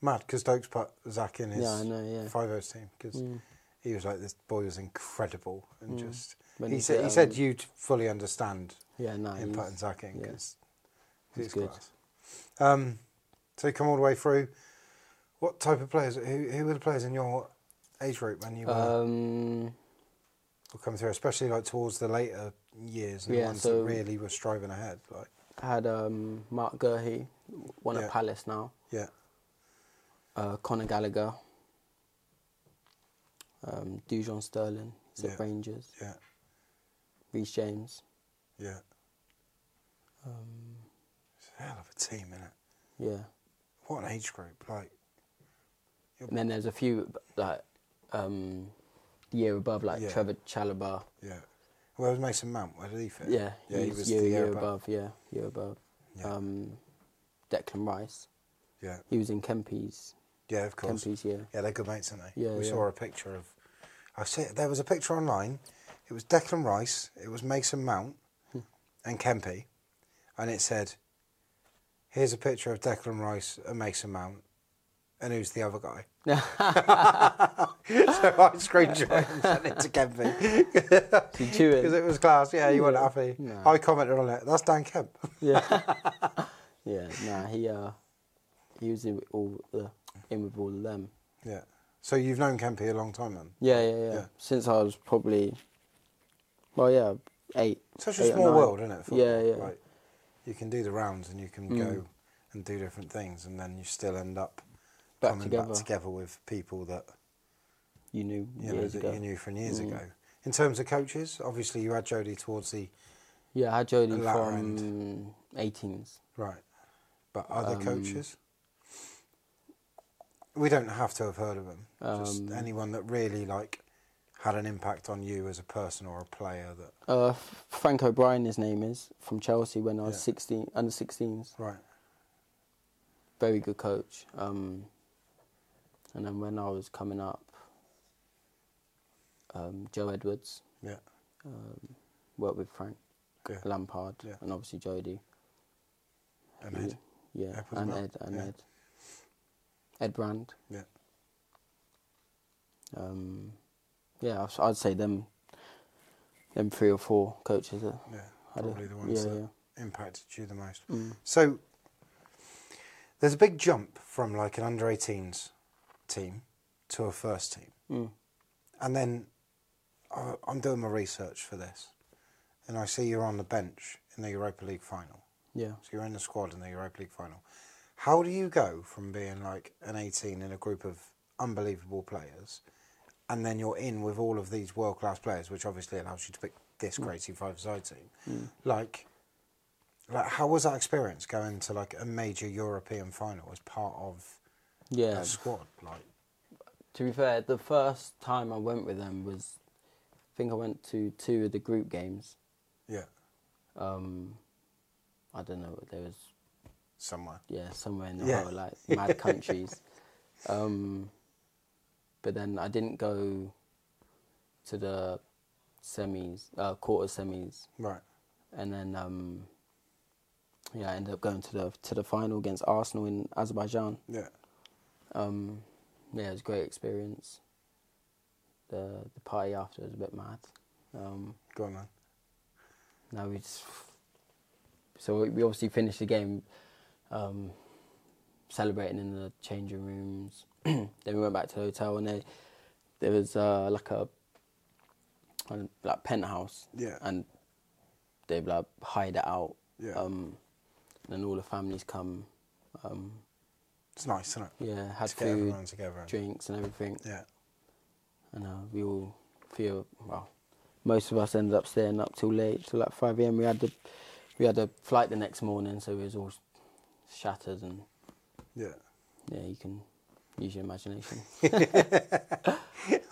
[SPEAKER 2] mad because Stokes put Zach in his
[SPEAKER 1] Yeah, I know, yeah. Mm.
[SPEAKER 2] five O's team because he was like, this boy was incredible and just.
[SPEAKER 1] When
[SPEAKER 2] he
[SPEAKER 1] he
[SPEAKER 2] said
[SPEAKER 1] said,
[SPEAKER 2] he said
[SPEAKER 1] um,
[SPEAKER 2] you'd fully understand
[SPEAKER 1] Yeah. No.
[SPEAKER 2] him
[SPEAKER 1] he's-
[SPEAKER 2] putting Zach in
[SPEAKER 1] yeah.
[SPEAKER 2] because
[SPEAKER 1] He's
[SPEAKER 2] he's
[SPEAKER 1] good.
[SPEAKER 2] class. Um, so you come all the way through. What type of players? Who who were the players in your age group when you were
[SPEAKER 1] Um.
[SPEAKER 2] were coming through, especially like towards the later years and the
[SPEAKER 1] Yeah,
[SPEAKER 2] ones that
[SPEAKER 1] so-
[SPEAKER 2] really were striving ahead? Like
[SPEAKER 1] Had um Mark Gurhey, one
[SPEAKER 2] Yeah.
[SPEAKER 1] at Palace now.
[SPEAKER 2] yeah,
[SPEAKER 1] uh, Conor Gallagher, um, Dujon Sterling, he's
[SPEAKER 2] Yeah.
[SPEAKER 1] at Rangers,
[SPEAKER 2] yeah,
[SPEAKER 1] Reece James.
[SPEAKER 2] yeah.
[SPEAKER 1] Um,
[SPEAKER 2] It's a hell of a team, isn't it?
[SPEAKER 1] yeah.
[SPEAKER 2] What an age group! Like
[SPEAKER 1] And then there's a few like um, the year above, like
[SPEAKER 2] Yeah.
[SPEAKER 1] Trevor Chalabar.
[SPEAKER 2] Yeah. Where was Mason Mount? Where did he fit?
[SPEAKER 1] Yeah,
[SPEAKER 2] Yeah, he
[SPEAKER 1] he's
[SPEAKER 2] was
[SPEAKER 1] year,
[SPEAKER 2] the
[SPEAKER 1] year
[SPEAKER 2] year above.
[SPEAKER 1] above. Yeah, year above.
[SPEAKER 2] Yeah.
[SPEAKER 1] Um, Declan Rice.
[SPEAKER 2] Yeah.
[SPEAKER 1] He was in Kempy's.
[SPEAKER 2] Yeah, of course.
[SPEAKER 1] Kempy's year.
[SPEAKER 2] Yeah, they're good mates, aren't they?
[SPEAKER 1] Yeah,
[SPEAKER 2] We
[SPEAKER 1] yeah.
[SPEAKER 2] saw a picture of. I see. There was a picture online. It It was Declan Rice, it was Mason Mount, and Kempe, and it said, "Here's a picture of Declan Rice and Mason Mount, and who's the other guy?" so I screenshot and sent it to Kempe
[SPEAKER 1] Did you
[SPEAKER 2] because it was class. Yeah, you weren't happy. I commented on it. That's Dan Kemp.
[SPEAKER 1] Yeah. yeah. Nah, he uh, he was in with all the in with all of them.
[SPEAKER 2] yeah. So you've known Kempe a long time then.
[SPEAKER 1] Yeah, yeah, yeah. Since I was probably, well, yeah, eight.
[SPEAKER 2] Such a
[SPEAKER 1] eight or
[SPEAKER 2] small
[SPEAKER 1] nine.
[SPEAKER 2] world, eh? isn't it? football?
[SPEAKER 1] Yeah, yeah. Mm.
[SPEAKER 2] Like, you can do the rounds and you can go and do different things, and then you still end up
[SPEAKER 1] Back
[SPEAKER 2] coming
[SPEAKER 1] together.
[SPEAKER 2] back together with people that
[SPEAKER 1] You Mm. knew
[SPEAKER 2] you know
[SPEAKER 1] years
[SPEAKER 2] that
[SPEAKER 1] ago.
[SPEAKER 2] you knew from years ago. In terms of coaches, obviously you had Jody towards the
[SPEAKER 1] Yeah, I had Jody
[SPEAKER 2] Latter
[SPEAKER 1] from 18s.
[SPEAKER 2] right, but other
[SPEAKER 1] Um,
[SPEAKER 2] coaches, we don't have to have heard of them. Just
[SPEAKER 1] Um,
[SPEAKER 2] anyone that really like had an impact on you as a person or a player. That
[SPEAKER 1] Uh, F- Frank O'Brien, his name is from Chelsea when I was 16, under 16s.
[SPEAKER 2] right,
[SPEAKER 1] Very good coach. Um, and then when I was coming up, um, Joe Edwards
[SPEAKER 2] yeah,
[SPEAKER 1] worked with Frank
[SPEAKER 2] Yeah.
[SPEAKER 1] Lampard
[SPEAKER 2] Yeah.
[SPEAKER 1] and obviously Jody.
[SPEAKER 2] and Ed,
[SPEAKER 1] Yeah,
[SPEAKER 2] Edwards
[SPEAKER 1] and
[SPEAKER 2] well,
[SPEAKER 1] Ed and
[SPEAKER 2] yeah.
[SPEAKER 1] Ed. Ed Brand.
[SPEAKER 2] yeah,
[SPEAKER 1] Um, yeah, I'd- I'd say them. Them three or four coaches. That
[SPEAKER 2] yeah,
[SPEAKER 1] had a-
[SPEAKER 2] probably the ones
[SPEAKER 1] yeah,
[SPEAKER 2] that
[SPEAKER 1] yeah. Mm.
[SPEAKER 2] impacted you the most. So there's a big jump from like an under 18s team to a first team.
[SPEAKER 1] Mm.
[SPEAKER 2] And then I, I'm doing my research for this, and I see you're on the bench in the Europa League final.
[SPEAKER 1] Yeah.
[SPEAKER 2] So you're in the squad in the Europa League final. How do you go from being like an 18 in a group of unbelievable players, and then you're in with all of these world class players, which obviously allows you to pick this crazy five side team? Like, like, how was that experience going to like a major European final as part of
[SPEAKER 1] Yeah.
[SPEAKER 2] a squad? Like,
[SPEAKER 1] To be fair, the first time I went with them was, I think I went to two of the group games.
[SPEAKER 2] yeah,
[SPEAKER 1] Um, I don't know. There was
[SPEAKER 2] somewhere.
[SPEAKER 1] yeah somewhere in the
[SPEAKER 2] Yeah.
[SPEAKER 1] whole like mad countries. Um, but then I didn't go to the semis, uh, quarter semis.
[SPEAKER 2] Right.
[SPEAKER 1] and then um, yeah, I ended up going to the to the final against Arsenal in Azerbaijan.
[SPEAKER 2] Yeah.
[SPEAKER 1] Um, yeah, it was a great experience. The the party after was a bit mad. Um,
[SPEAKER 2] Go on, man.
[SPEAKER 1] now we just so we- we obviously finished the game um, celebrating in the changing rooms. then we went back to the hotel and there there was uh, like a a- like penthouse.
[SPEAKER 2] Yeah.
[SPEAKER 1] And they like hide it out.
[SPEAKER 2] Yeah.
[SPEAKER 1] Um, and then all the families come. Um,
[SPEAKER 2] It's nice, isn't it?
[SPEAKER 1] yeah, had
[SPEAKER 2] to get
[SPEAKER 1] food,
[SPEAKER 2] everyone together.
[SPEAKER 1] drinks, and everything.
[SPEAKER 2] Yeah.
[SPEAKER 1] And uh, we all feel well. Most of us ended up staying up till late, till like five a.m. We had the we had a flight the next morning, so we was all shattered, and
[SPEAKER 2] Yeah.
[SPEAKER 1] yeah, you can use your imagination.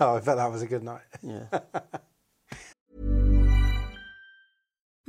[SPEAKER 2] Oh, I bet that was a good night.
[SPEAKER 1] yeah.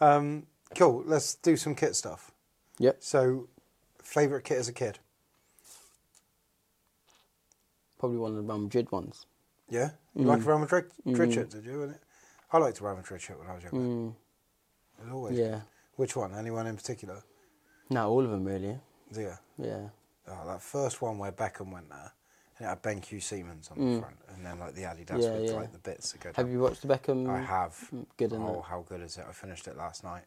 [SPEAKER 2] Um, cool. Let's do some kit stuff.
[SPEAKER 1] Yep.
[SPEAKER 2] So, favourite kit as a kid?
[SPEAKER 1] Probably one of the Real Madrid ones.
[SPEAKER 2] Yeah? You
[SPEAKER 1] Mm.
[SPEAKER 2] like Real Madrid Madrid shirt, did you? Wasn't it? I liked the Real Madrid shirt when I was younger. As always.
[SPEAKER 1] Mm. Yeah.
[SPEAKER 2] Which one? Anyone in particular?
[SPEAKER 1] No, all of them really.
[SPEAKER 2] Yeah.
[SPEAKER 1] Yeah.
[SPEAKER 2] Oh, that first one where Beckham went there and it had BenQ Siemens on the front, and then like the Adidas
[SPEAKER 1] Mm. Yeah,
[SPEAKER 2] with
[SPEAKER 1] yeah.
[SPEAKER 2] like the bits that go down.
[SPEAKER 1] Have you watched the Beckham?
[SPEAKER 2] I have.
[SPEAKER 1] Mm, Good Mm. in
[SPEAKER 2] Oh,
[SPEAKER 1] that.
[SPEAKER 2] how good is it? I finished it last night.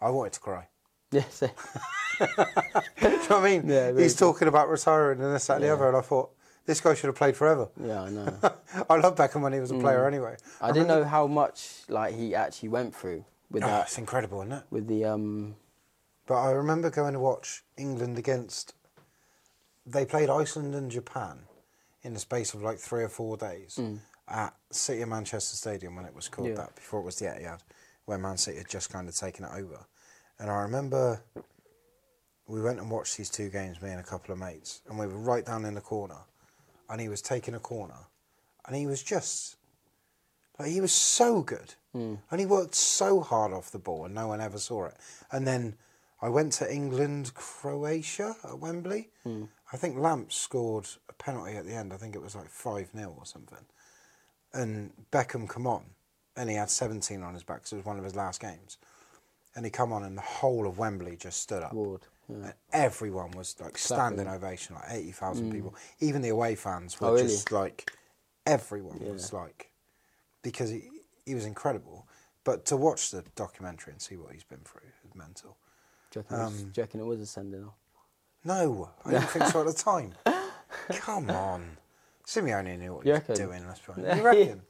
[SPEAKER 2] I wanted to cry.
[SPEAKER 1] Yes. eh.
[SPEAKER 2] Do you know what I mean?
[SPEAKER 1] Yeah, really
[SPEAKER 2] He's talking about retiring and this, that, and the other, and I thought this guy should have played forever.
[SPEAKER 1] yeah, I know. Mm.
[SPEAKER 2] I love Beckham when he was a player anyway.
[SPEAKER 1] I didn't know how much like he actually went through with
[SPEAKER 2] Oh,
[SPEAKER 1] that,
[SPEAKER 2] it's incredible, isn't it?
[SPEAKER 1] with the um.
[SPEAKER 2] But I remember going to watch England against. They played Iceland and Japan in the space of like three or four days at City of Manchester Stadium when it was called
[SPEAKER 1] Yeah.
[SPEAKER 2] that, before it was the Etihad, where Man City had just kind of taken it over. And I remember we went and watched these two games, me and a couple of mates, and we were right down in the corner, and he was taking a corner, and he was just like he was so good,
[SPEAKER 1] Hmm.
[SPEAKER 2] and he worked so hard off the ball, and no one ever saw it. And then I went to England, Croatia at Wembley.
[SPEAKER 1] Hmm.
[SPEAKER 2] I think Lamp scored a penalty at the end. I think it was like five 0 or something, and Beckham come on, and he had seventeen on his back. 'cause it was one of his last games, and he come on, and the whole of Wembley just stood up.
[SPEAKER 1] Ward,
[SPEAKER 2] And everyone was like standing ovation, like eighty thousand people. Even the away fans were
[SPEAKER 1] Hmm. Oh, really?
[SPEAKER 2] just like everyone was like because he, he was incredible. But to watch the documentary and see what he's been through is mental.
[SPEAKER 1] Do you reckon, it was, do you reckon it was a sending off?
[SPEAKER 2] No, I didn't think so at the time. Come on. Simeone knew what
[SPEAKER 1] You
[SPEAKER 2] he
[SPEAKER 1] reckon?
[SPEAKER 2] was doing, let's be honest. You reckon?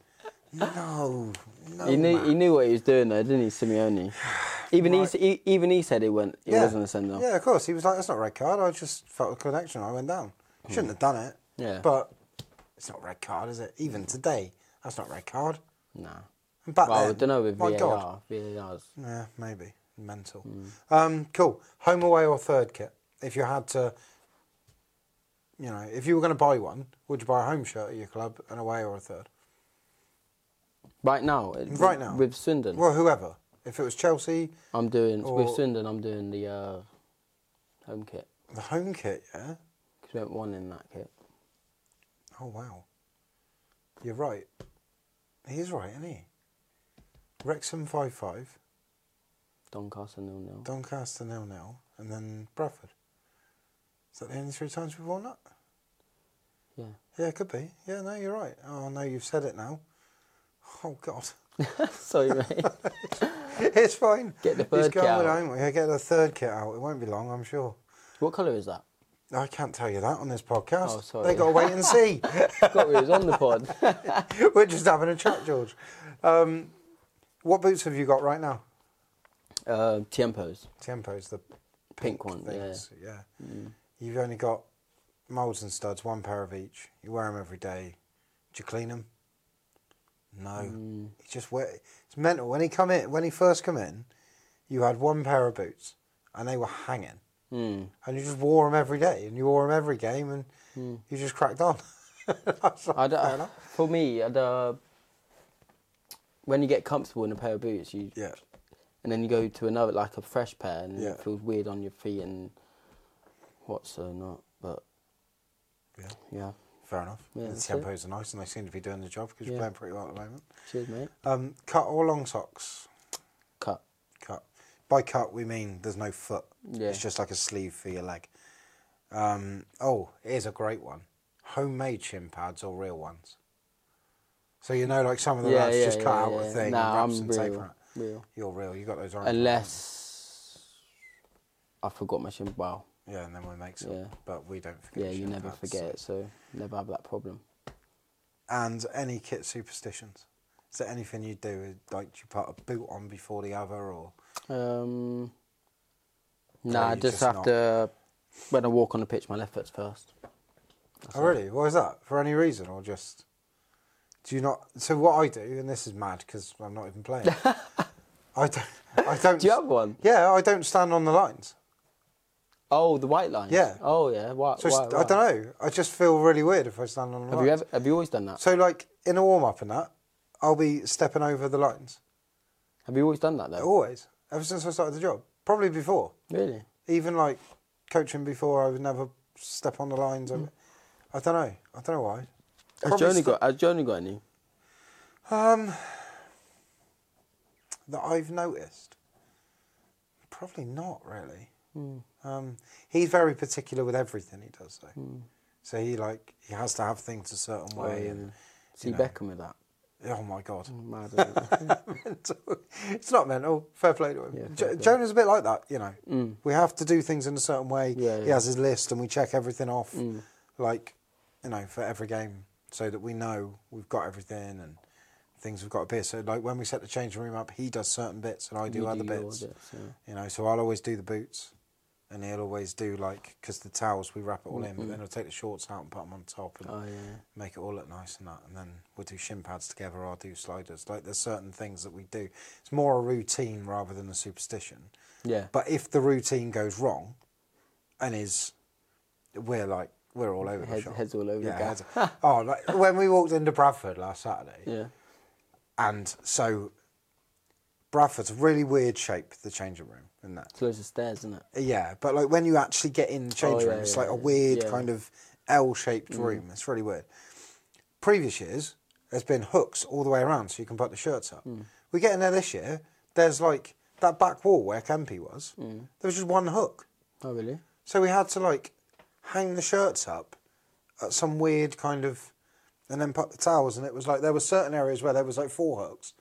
[SPEAKER 2] no, no.
[SPEAKER 1] he knew he
[SPEAKER 2] Oh, man.
[SPEAKER 1] knew what he was doing though, didn't he, Simeone? Even he, s- he even he said it went. It
[SPEAKER 2] yeah.
[SPEAKER 1] wasn't a send off.
[SPEAKER 2] Yeah, of course. He was like, that's not a red card. I just felt a connection. I went down. Shouldn't have done it.
[SPEAKER 1] Hmm. Yeah.
[SPEAKER 2] But it's not a red card, is it? Even today, that's not a red card.
[SPEAKER 1] Nah.
[SPEAKER 2] And back
[SPEAKER 1] Well, I
[SPEAKER 2] then,
[SPEAKER 1] don't know with
[SPEAKER 2] my
[SPEAKER 1] VAR.
[SPEAKER 2] God,
[SPEAKER 1] VAR's
[SPEAKER 2] Yeah, maybe. Mental.
[SPEAKER 1] Hmm.
[SPEAKER 2] Um, cool. Home away or third kit? If you had to, you know, if you were going to buy one, would you buy a home shirt at your club, an away or a third?
[SPEAKER 1] right now. it-
[SPEAKER 2] Right now.
[SPEAKER 1] with Swindon,
[SPEAKER 2] Well, whoever. If it was Chelsea,
[SPEAKER 1] I'm doing with
[SPEAKER 2] or-
[SPEAKER 1] Swindon. I'm doing the uh, home kit
[SPEAKER 2] the home kit, yeah?
[SPEAKER 1] because we went one in that kit.
[SPEAKER 2] Oh, wow. You're right. He is right, isn't he? Wrexham 5 5,
[SPEAKER 1] Doncaster nil nil.
[SPEAKER 2] Doncaster 0 0, and then Bradford. Is that the only three times we've won that?
[SPEAKER 1] yeah.
[SPEAKER 2] Yeah, it could be. Yeah, no, you're right. Oh, no, you've said it now. Oh, God.
[SPEAKER 1] Sorry, mate.
[SPEAKER 2] It's fine.
[SPEAKER 1] Get the
[SPEAKER 2] He's
[SPEAKER 1] third
[SPEAKER 2] going
[SPEAKER 1] kit out.
[SPEAKER 2] with home. He'll get the third kit out. It won't be long, I'm sure.
[SPEAKER 1] what colour is that?
[SPEAKER 2] I can't tell you that on this podcast.
[SPEAKER 1] Oh, sorry.
[SPEAKER 2] They got to wait and see.
[SPEAKER 1] Got we was on the pod.
[SPEAKER 2] We're just having a chat, George. Um, what boots have you got right now?
[SPEAKER 1] uh, Tiempos,
[SPEAKER 2] Tempo's the
[SPEAKER 1] pink one. Yeah. Mm.
[SPEAKER 2] things. Yeah. You've only got moulds and studs, one pair of each. You wear them every day. Do you clean them? No.
[SPEAKER 1] Mm.
[SPEAKER 2] He just wear. It's mental. When he come in, when he first come in, you had one pair of boots, and they were hanging.
[SPEAKER 1] Mm.
[SPEAKER 2] and you just wore them every day, and you wore them every game, and
[SPEAKER 1] Mm.
[SPEAKER 2] you just cracked on.
[SPEAKER 1] I'd, uh, for me, I'd, uh, when you get comfortable in a pair of boots, you
[SPEAKER 2] Yeah,
[SPEAKER 1] and then you go to another like a fresh pair, and
[SPEAKER 2] Yeah.
[SPEAKER 1] it feels weird on your feet and what's so not. But
[SPEAKER 2] Yeah.
[SPEAKER 1] yeah.
[SPEAKER 2] fair enough.
[SPEAKER 1] Yeah,
[SPEAKER 2] the
[SPEAKER 1] that's it.
[SPEAKER 2] tempos are nice, and they seem to be doing the job because you're
[SPEAKER 1] Yeah.
[SPEAKER 2] playing pretty well at the moment.
[SPEAKER 1] Cheers, mate.
[SPEAKER 2] Um, cut or long socks?
[SPEAKER 1] Cut.
[SPEAKER 2] Cut. By cut, we mean there's no foot.
[SPEAKER 1] Yeah.
[SPEAKER 2] It's just like a sleeve for your leg. Um, oh, here's a great one: homemade shin pads or real ones. So you know, like some of the lads just cut out a thing
[SPEAKER 1] Nah,
[SPEAKER 2] and wrap
[SPEAKER 1] I'm
[SPEAKER 2] some tape
[SPEAKER 1] real.
[SPEAKER 2] around. it.
[SPEAKER 1] real.
[SPEAKER 2] You're real. You got those orange. ones.
[SPEAKER 1] Unless I forgot my shin. Well,
[SPEAKER 2] Yeah, and then we make some.
[SPEAKER 1] Yeah.
[SPEAKER 2] But we don't forget.
[SPEAKER 1] yeah, you
[SPEAKER 2] shin
[SPEAKER 1] never
[SPEAKER 2] pads,
[SPEAKER 1] forget
[SPEAKER 2] so-
[SPEAKER 1] it, so never have that problem.
[SPEAKER 2] and any kit superstitions. Is there anything you do? Like, do you put a boot on before the other, or
[SPEAKER 1] Um, no,
[SPEAKER 2] Or
[SPEAKER 1] I
[SPEAKER 2] you
[SPEAKER 1] just
[SPEAKER 2] just
[SPEAKER 1] have
[SPEAKER 2] not?
[SPEAKER 1] to. When I walk on the pitch, my left foot's first.
[SPEAKER 2] oh really? Why is that? For any reason, or just do you not? So what I do, and this is mad because I'm not even playing. I don't. I don't.
[SPEAKER 1] Do you have one?
[SPEAKER 2] Yeah, I don't stand on the lines.
[SPEAKER 1] Oh, the white line.
[SPEAKER 2] Yeah.
[SPEAKER 1] Oh yeah. Why?
[SPEAKER 2] So
[SPEAKER 1] why,
[SPEAKER 2] it's- I don't know. I just feel really weird if I stand on the
[SPEAKER 1] Have
[SPEAKER 2] lines.
[SPEAKER 1] you ever? Have you always done that?
[SPEAKER 2] So like in a warm up and that, I'll be stepping over the lines
[SPEAKER 1] have you always done that though?
[SPEAKER 2] always. Ever since I started the job, probably before.
[SPEAKER 1] Really?
[SPEAKER 2] even like coaching before, I would never step on the lines. of I don't know. I don't know why.
[SPEAKER 1] Hmm. Has
[SPEAKER 2] Probably
[SPEAKER 1] Joni
[SPEAKER 2] st-
[SPEAKER 1] got? Has Joni got any?
[SPEAKER 2] um, that I've noticed.
[SPEAKER 1] Hmm.
[SPEAKER 2] Probably not really. Um, he's very particular with everything he does, though. So he like he has to have things a certain
[SPEAKER 1] Hmm. Oh,
[SPEAKER 2] way,
[SPEAKER 1] yeah. Hmm.
[SPEAKER 2] and
[SPEAKER 1] See Beckham with that.
[SPEAKER 2] oh my god,
[SPEAKER 1] Mad, isn't it?
[SPEAKER 2] Mental. it's not mental. Fair play to him.
[SPEAKER 1] Yeah,
[SPEAKER 2] jo-
[SPEAKER 1] fair play. Hmm.
[SPEAKER 2] Jonah's a bit like that, you know. We have to do things in a certain way.
[SPEAKER 1] Yeah, Hmm.
[SPEAKER 2] He
[SPEAKER 1] yeah.
[SPEAKER 2] has his list, and we check everything off, like you know, for every game, so that we know we've got everything and things have got to be. So like when we set the changing room up, he does certain bits, and I do
[SPEAKER 1] You
[SPEAKER 2] other
[SPEAKER 1] do your
[SPEAKER 2] bits.
[SPEAKER 1] bits, yeah.
[SPEAKER 2] You know, so I'll always do the boots, and he'll always do like because the towels we wrap it all in, but then I'll take the shorts out and put them on top. And,
[SPEAKER 1] Mm-hmm. oh yeah.
[SPEAKER 2] make it all look nice and that, and then we'll do shin pads together. I'll do sliders. Like there's certain things that we do. It's more a routine rather than a superstition.
[SPEAKER 1] Yeah.
[SPEAKER 2] But if the routine goes wrong, and is we're like we're all over the
[SPEAKER 1] Heads-
[SPEAKER 2] shop.
[SPEAKER 1] heads all over the
[SPEAKER 2] yeah,
[SPEAKER 1] gap.
[SPEAKER 2] heads- oh, like when we walked into Bradford last Saturday,
[SPEAKER 1] yeah.
[SPEAKER 2] and so Bradford's a really weird shape. The changing room and that.
[SPEAKER 1] It's loads of stairs, isn't it?
[SPEAKER 2] Yeah, but like when you actually get in the change
[SPEAKER 1] Oh, yeah,
[SPEAKER 2] room, it's
[SPEAKER 1] yeah,
[SPEAKER 2] like a
[SPEAKER 1] yeah.
[SPEAKER 2] weird
[SPEAKER 1] Yeah. Mm.
[SPEAKER 2] kind of L-shaped room. It's really weird. Previous years, there's been hooks all the way around, so you can put the shirts up.
[SPEAKER 1] Mm.
[SPEAKER 2] We get in there this year. There's like that back wall where Campy was.
[SPEAKER 1] Mm.
[SPEAKER 2] There was just one hook,
[SPEAKER 1] Oh really?
[SPEAKER 2] so we had to like hang the shirts up at some weird kind of, and then put the towels. And it was like there were certain areas where there was like four hooks,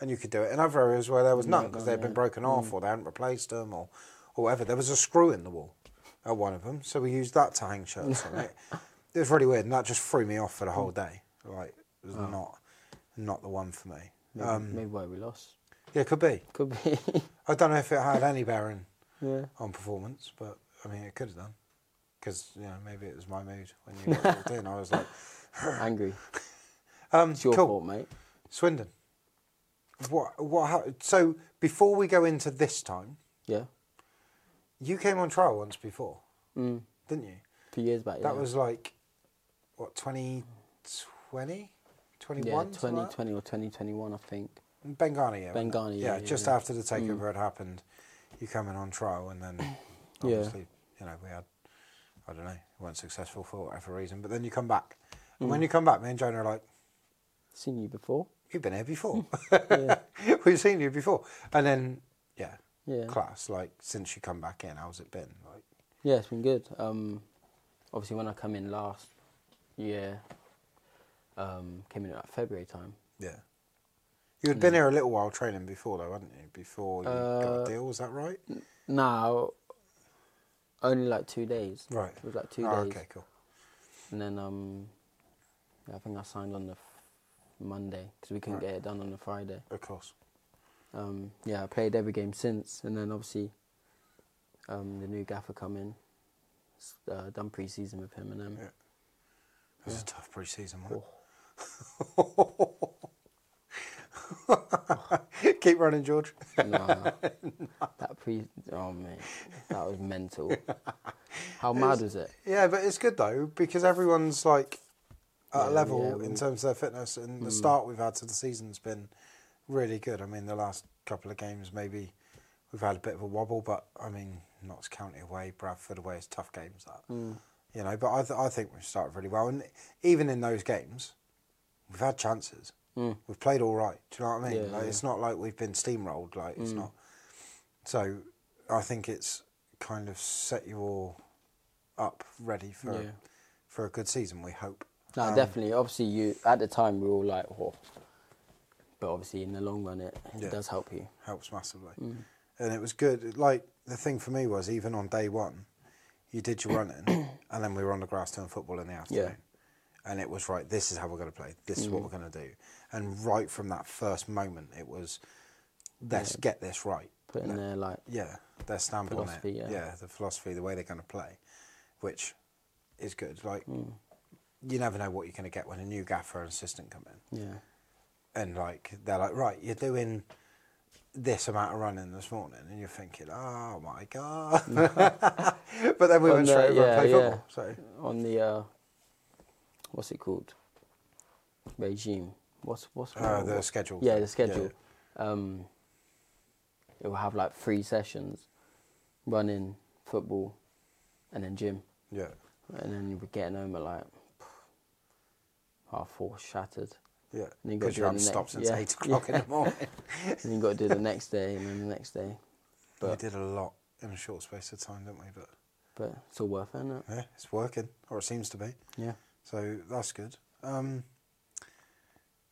[SPEAKER 2] and you could do it, and other areas where there was none because they had been broken off or they hadn't replaced them or, or whatever. There was a screw in the wall at one of them, so we used that to hang shirts on. It, it was really weird, and that just threw me off for the whole day. Like it was not not the one for me. Um,
[SPEAKER 1] Maybe, maybe why we lost.
[SPEAKER 2] Yeah, could be.
[SPEAKER 1] Could be.
[SPEAKER 2] I don't know if it had any bearing
[SPEAKER 1] yeah.
[SPEAKER 2] on performance, but I mean, it could have done. Because, you know, maybe it was my mood when you got walked in. I was like,
[SPEAKER 1] Angry.
[SPEAKER 2] um,
[SPEAKER 1] It's your
[SPEAKER 2] cool.
[SPEAKER 1] fault, mate.
[SPEAKER 2] Swindon. What, what, how, so before we go into this time,
[SPEAKER 1] Yeah.
[SPEAKER 2] you came on trial once before,
[SPEAKER 1] Mm.
[SPEAKER 2] didn't you?
[SPEAKER 1] A few years back.
[SPEAKER 2] That
[SPEAKER 1] yeah.
[SPEAKER 2] was like, what, 2020? 21?
[SPEAKER 1] yeah,
[SPEAKER 2] something like that?
[SPEAKER 1] 2020 or 2021, I think.
[SPEAKER 2] Bengani, yeah.
[SPEAKER 1] Ben Ghani, yeah, yeah,
[SPEAKER 2] just
[SPEAKER 1] yeah. Mm.
[SPEAKER 2] after the takeover had happened, you come in on trial, and then
[SPEAKER 1] Yeah.
[SPEAKER 2] obviously, you know, we had, I don't know, weren't successful for whatever reason. But then you come back, and
[SPEAKER 1] Mm.
[SPEAKER 2] when you come back, me and Jonah are like,
[SPEAKER 1] Seen you before.
[SPEAKER 2] "You've been here before.
[SPEAKER 1] Mm.
[SPEAKER 2] We've seen you before." And then, yeah,
[SPEAKER 1] Yeah.
[SPEAKER 2] class. Like since you come back in, how's it been? Like,
[SPEAKER 1] Yeah, it's been good. Um, obviously, when I come in last year, um, came in at February time.
[SPEAKER 2] yeah. You had been
[SPEAKER 1] Mm.
[SPEAKER 2] here a little while training before, though, hadn't you? Before you
[SPEAKER 1] Uh,
[SPEAKER 2] got a deal, was that right?
[SPEAKER 1] Now, only like two days.
[SPEAKER 2] Right.
[SPEAKER 1] It was like two
[SPEAKER 2] Oh,
[SPEAKER 1] days.
[SPEAKER 2] Okay, cool.
[SPEAKER 1] And then um, yeah, I think I signed on the f- Monday because we couldn't get it done on the Friday.
[SPEAKER 2] Of course.
[SPEAKER 1] Um, yeah, I played every game since, and then obviously um, the new gaffer come in, s- uh, done pre-season with him, and then
[SPEAKER 2] Yeah. It was a tough pre-season, wasn't it? Keep running, George.
[SPEAKER 1] Nah, that pre. Oh man, that was mental. How mad was it?
[SPEAKER 2] Yeah, but it's good though because everyone's like at a level
[SPEAKER 1] yeah, mm.
[SPEAKER 2] in
[SPEAKER 1] we-
[SPEAKER 2] terms of their fitness, and the start we've had to the season's been really good. I mean, the last couple of games maybe we've had a bit of a wobble, but I mean, Notts County away, Bradford away, it's tough games that.
[SPEAKER 1] Mm.
[SPEAKER 2] You know, but I, th- I think we've started really well, and even in those games, we've had chances. We've played all right. Do you know what I mean?
[SPEAKER 1] Mm. Yeah, Mm.
[SPEAKER 2] like, It's not like we've been steamrolled. Like it's not. So I think it's kind of set you all up ready for
[SPEAKER 1] Yeah.
[SPEAKER 2] for a good season. We hope.
[SPEAKER 1] No, definitely. Obviously, you at the time we were all like, "Whoa," but obviously in the long run, it,
[SPEAKER 2] Yeah.
[SPEAKER 1] it does help you.
[SPEAKER 2] helps massively.
[SPEAKER 1] Mm.
[SPEAKER 2] And it was good. Like the thing for me was even on day one, you did your running, and then we were on the grass doing football in the afternoon. And it was right. This is how we're going to play. This is what
[SPEAKER 1] Mm.
[SPEAKER 2] we're going to do. And right from that first moment, it was, let's get this right.
[SPEAKER 1] Put in there like,
[SPEAKER 2] Yeah, their stamp
[SPEAKER 1] Philosophy,
[SPEAKER 2] on it.
[SPEAKER 1] yeah.
[SPEAKER 2] the philosophy, the way they're going to play, which is good. Like
[SPEAKER 1] Mm.
[SPEAKER 2] you never know what you're going to get when a new gaffer and assistant come in
[SPEAKER 1] yeah,
[SPEAKER 2] and like they're like, right, you're doing this amount of running this morning, and you're thinking, oh my god. but then we
[SPEAKER 1] On
[SPEAKER 2] went
[SPEAKER 1] the-
[SPEAKER 2] straight
[SPEAKER 1] Mm.
[SPEAKER 2] over
[SPEAKER 1] yeah,
[SPEAKER 2] and played
[SPEAKER 1] yeah.
[SPEAKER 2] football. So
[SPEAKER 1] on the uh, what's it called regime? What's what's
[SPEAKER 2] uh, the
[SPEAKER 1] what's-
[SPEAKER 2] schedule.
[SPEAKER 1] Oh, Yeah,
[SPEAKER 2] thing.
[SPEAKER 1] the schedule. Um, it will have like three sessions: running, football, and then gym.
[SPEAKER 2] Yeah.
[SPEAKER 1] And then you were getting home at like half four, shattered.
[SPEAKER 2] Yeah.
[SPEAKER 1] And you got to
[SPEAKER 2] Because you
[SPEAKER 1] do
[SPEAKER 2] haven't
[SPEAKER 1] the
[SPEAKER 2] stopped
[SPEAKER 1] next-
[SPEAKER 2] since
[SPEAKER 1] yeah.
[SPEAKER 2] eight o'clock in the morning.
[SPEAKER 1] And you got to do the next day, and then the next day.
[SPEAKER 2] we
[SPEAKER 1] But-
[SPEAKER 2] did a lot in a short space of time, didn't we? But
[SPEAKER 1] But it's all worth it, isn't it?
[SPEAKER 2] Yeah, it's working, or it seems to be.
[SPEAKER 1] Yeah.
[SPEAKER 2] So that's good. Um,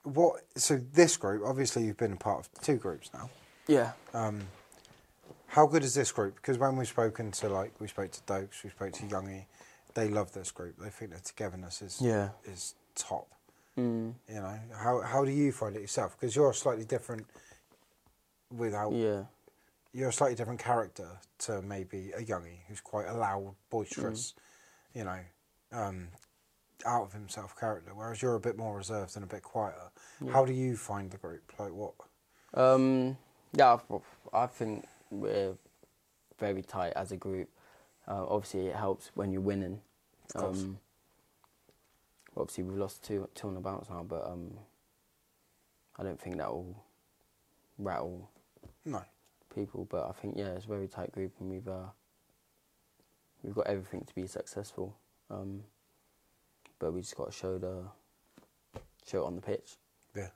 [SPEAKER 2] what? So this group, obviously, you've been a part of two groups now.
[SPEAKER 1] Yeah.
[SPEAKER 2] Uh, How good is this group? Because when we've spoken to like we spoke to Dokes, we spoke to Youngie, they love this group. They think their togetherness is
[SPEAKER 1] Yeah. Mm.
[SPEAKER 2] is top. You know how how do you find it yourself? Because you're slightly different. Without
[SPEAKER 1] Yeah.
[SPEAKER 2] you're a slightly different character to maybe a youngie who's quite a loud, boisterous,
[SPEAKER 1] Mm.
[SPEAKER 2] you know, um, out of himself character. Whereas you're a bit more reserved and a bit quieter. How do you find the group? Like what?
[SPEAKER 1] Um, yeah, I- I think we're very tight as a group. Uh, obviously, it helps when you're winning. Um, obviously, we've lost two two on the bounce now, but um, I don't think that will rattle
[SPEAKER 2] No,
[SPEAKER 1] people. But I think yeah, it's a very tight group, and we've uh, we've got everything to be successful. Um, but we just got to show the show it on the pitch
[SPEAKER 2] yeah,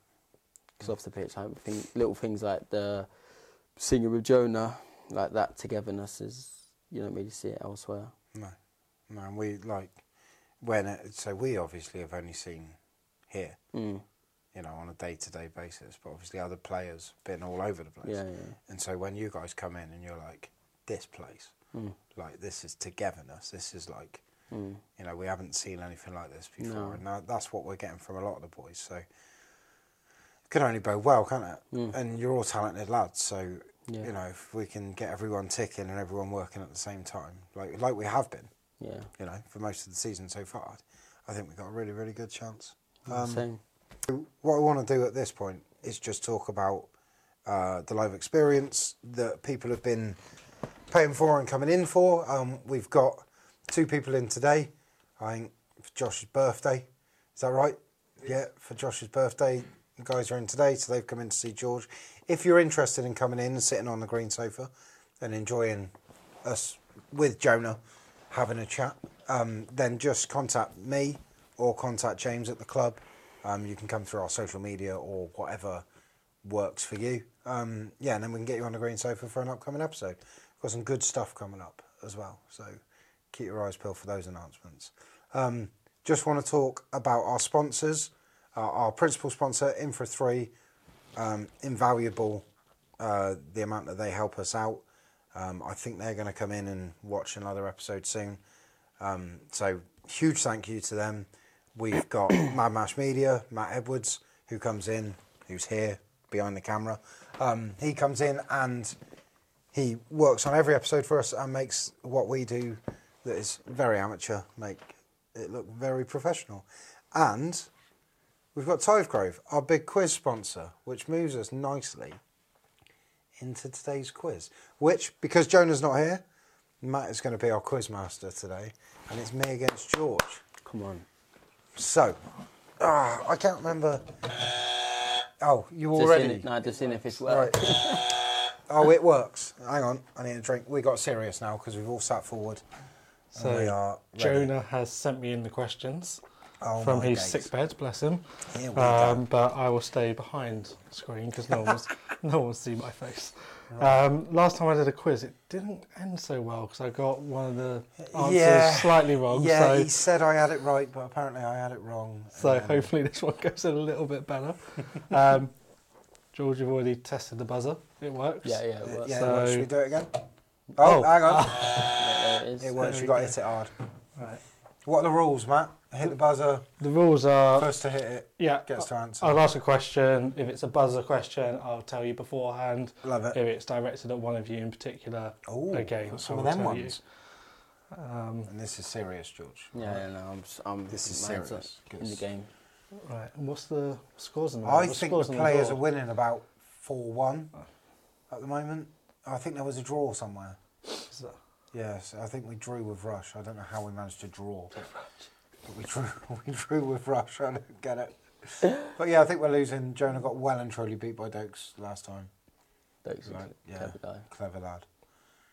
[SPEAKER 1] because off the pitch, like thing, little things like the singing with Jonah, like that togetherness is you don't really see it elsewhere.
[SPEAKER 2] no, no. And we like when it, so we obviously have only seen here,
[SPEAKER 1] Mm.
[SPEAKER 2] you know, on a day to day basis. But obviously, other players been all over the place.
[SPEAKER 1] Yeah, yeah.
[SPEAKER 2] And so when you guys come in and you're like, this place,
[SPEAKER 1] Mm.
[SPEAKER 2] like this is togetherness. This is like, you know, we haven't seen anything like this before,
[SPEAKER 1] No.
[SPEAKER 2] and that, that's what we're getting from a lot of the boys. So it can only bode well, can't it? And you're all talented lads, so
[SPEAKER 1] Mm. Yeah.
[SPEAKER 2] you know if we can get everyone ticking and everyone working at the same time, like like we have been,
[SPEAKER 1] Yeah,
[SPEAKER 2] you know, for most of the season so far, I think we've got a really really good chance. Mm. Um,
[SPEAKER 1] same.
[SPEAKER 2] What I want to do at this point is just talk about uh, the live experience that people have been paying for and coming in for. Um, we've got two people in today. I think for Josh's birthday. Is that right? Yeah, for Josh's birthday. The guys are in today, so they've come in to see George. If you're interested in coming in and sitting on the green sofa and enjoying us with Jonah having a chat, um, then just contact me or contact James at the club. Um, you can come through our social media or whatever works for you. Um, yeah, and then we can get you on the green sofa for an upcoming episode. We've got some good stuff coming up as well, so keep your eyes peeled for those announcements. Um, just want to talk about our sponsors. Uh, our principal sponsor, Infra3, um, invaluable uh, the amount that they help us out. Um, I think they're going to come in and watch another episode soon. Um, so huge thank you to them. We've got Mad Mash Media, Matt Edwards, who comes in, who's here behind the camera. Um, he comes in and he works on every episode for us and makes what we do that is very amateur make it look very professional. And we've got Tithe Grove, our big quiz sponsor, which moves us nicely into today's quiz, which, because Jonah's not here, Matt is going to be our quiz master today, and it's me against George.
[SPEAKER 1] Come on,
[SPEAKER 2] So, ah, I can't remember. Oh, you
[SPEAKER 1] just
[SPEAKER 2] already?
[SPEAKER 1] in it, no, just in if it's
[SPEAKER 2] Right.
[SPEAKER 1] worth.
[SPEAKER 2] oh, it works. Hang on, I need a drink. We got serious now because we've all sat forward.
[SPEAKER 3] So
[SPEAKER 2] we are ready.
[SPEAKER 3] Jonah has sent me in the questions
[SPEAKER 2] Oh
[SPEAKER 3] from
[SPEAKER 2] my
[SPEAKER 3] his
[SPEAKER 2] days.
[SPEAKER 3] sick bed, bless him.
[SPEAKER 2] Here we
[SPEAKER 3] Um, but I will stay behind screen because no one's no one's seen my face. Um, last time I did a quiz, it didn't end so well because I got one of the answers slightly wrong.
[SPEAKER 2] Yeah,
[SPEAKER 3] so
[SPEAKER 2] he said I had it right, but apparently I had it wrong.
[SPEAKER 3] So hopefully this one goes in a little bit better. Um, George, you've already tested the buzzer. It works.
[SPEAKER 1] Yeah, yeah, it works.
[SPEAKER 2] Yeah,
[SPEAKER 1] Yeah.
[SPEAKER 2] it works.
[SPEAKER 3] so-
[SPEAKER 2] should we do it again? Oh,
[SPEAKER 3] Oh.
[SPEAKER 2] hang on.
[SPEAKER 1] there it is.
[SPEAKER 2] it works. You got to hit it hard.
[SPEAKER 3] Right.
[SPEAKER 2] What are the rules, Matt? Hit the buzzer.
[SPEAKER 3] The rules are
[SPEAKER 2] First to hit it
[SPEAKER 3] yeah.
[SPEAKER 2] gets to answer.
[SPEAKER 3] I'll ask a question. If it's a buzzer question, I'll tell you beforehand.
[SPEAKER 2] Love it.
[SPEAKER 3] If it's directed at one of you in particular,
[SPEAKER 2] Ooh,
[SPEAKER 3] again,
[SPEAKER 2] got some
[SPEAKER 3] I
[SPEAKER 2] of
[SPEAKER 3] will
[SPEAKER 2] them
[SPEAKER 3] tell you.
[SPEAKER 2] ones. Um, and this is serious, George.
[SPEAKER 1] Yeah, yeah, no, I'm, s am
[SPEAKER 2] This is serious,
[SPEAKER 1] in the
[SPEAKER 2] 'cause-
[SPEAKER 1] game.
[SPEAKER 3] Right. And what's the scores in there?
[SPEAKER 2] I
[SPEAKER 3] The
[SPEAKER 2] think
[SPEAKER 3] scores
[SPEAKER 2] the
[SPEAKER 3] in the
[SPEAKER 2] players are
[SPEAKER 3] draw?
[SPEAKER 2] winning about 4 1 at the moment. I think there was a draw somewhere.
[SPEAKER 3] Is that-
[SPEAKER 2] Yes, I think we drew with Rush. I don't know how we managed to draw. But, but we drew we drew with Rush. I don't get it. But yeah, I think we're losing. Jonah got well and truly beat by Dokes last time.
[SPEAKER 1] Dokes is
[SPEAKER 2] Right,
[SPEAKER 1] a
[SPEAKER 2] yeah,
[SPEAKER 1] clever guy.
[SPEAKER 2] clever lad.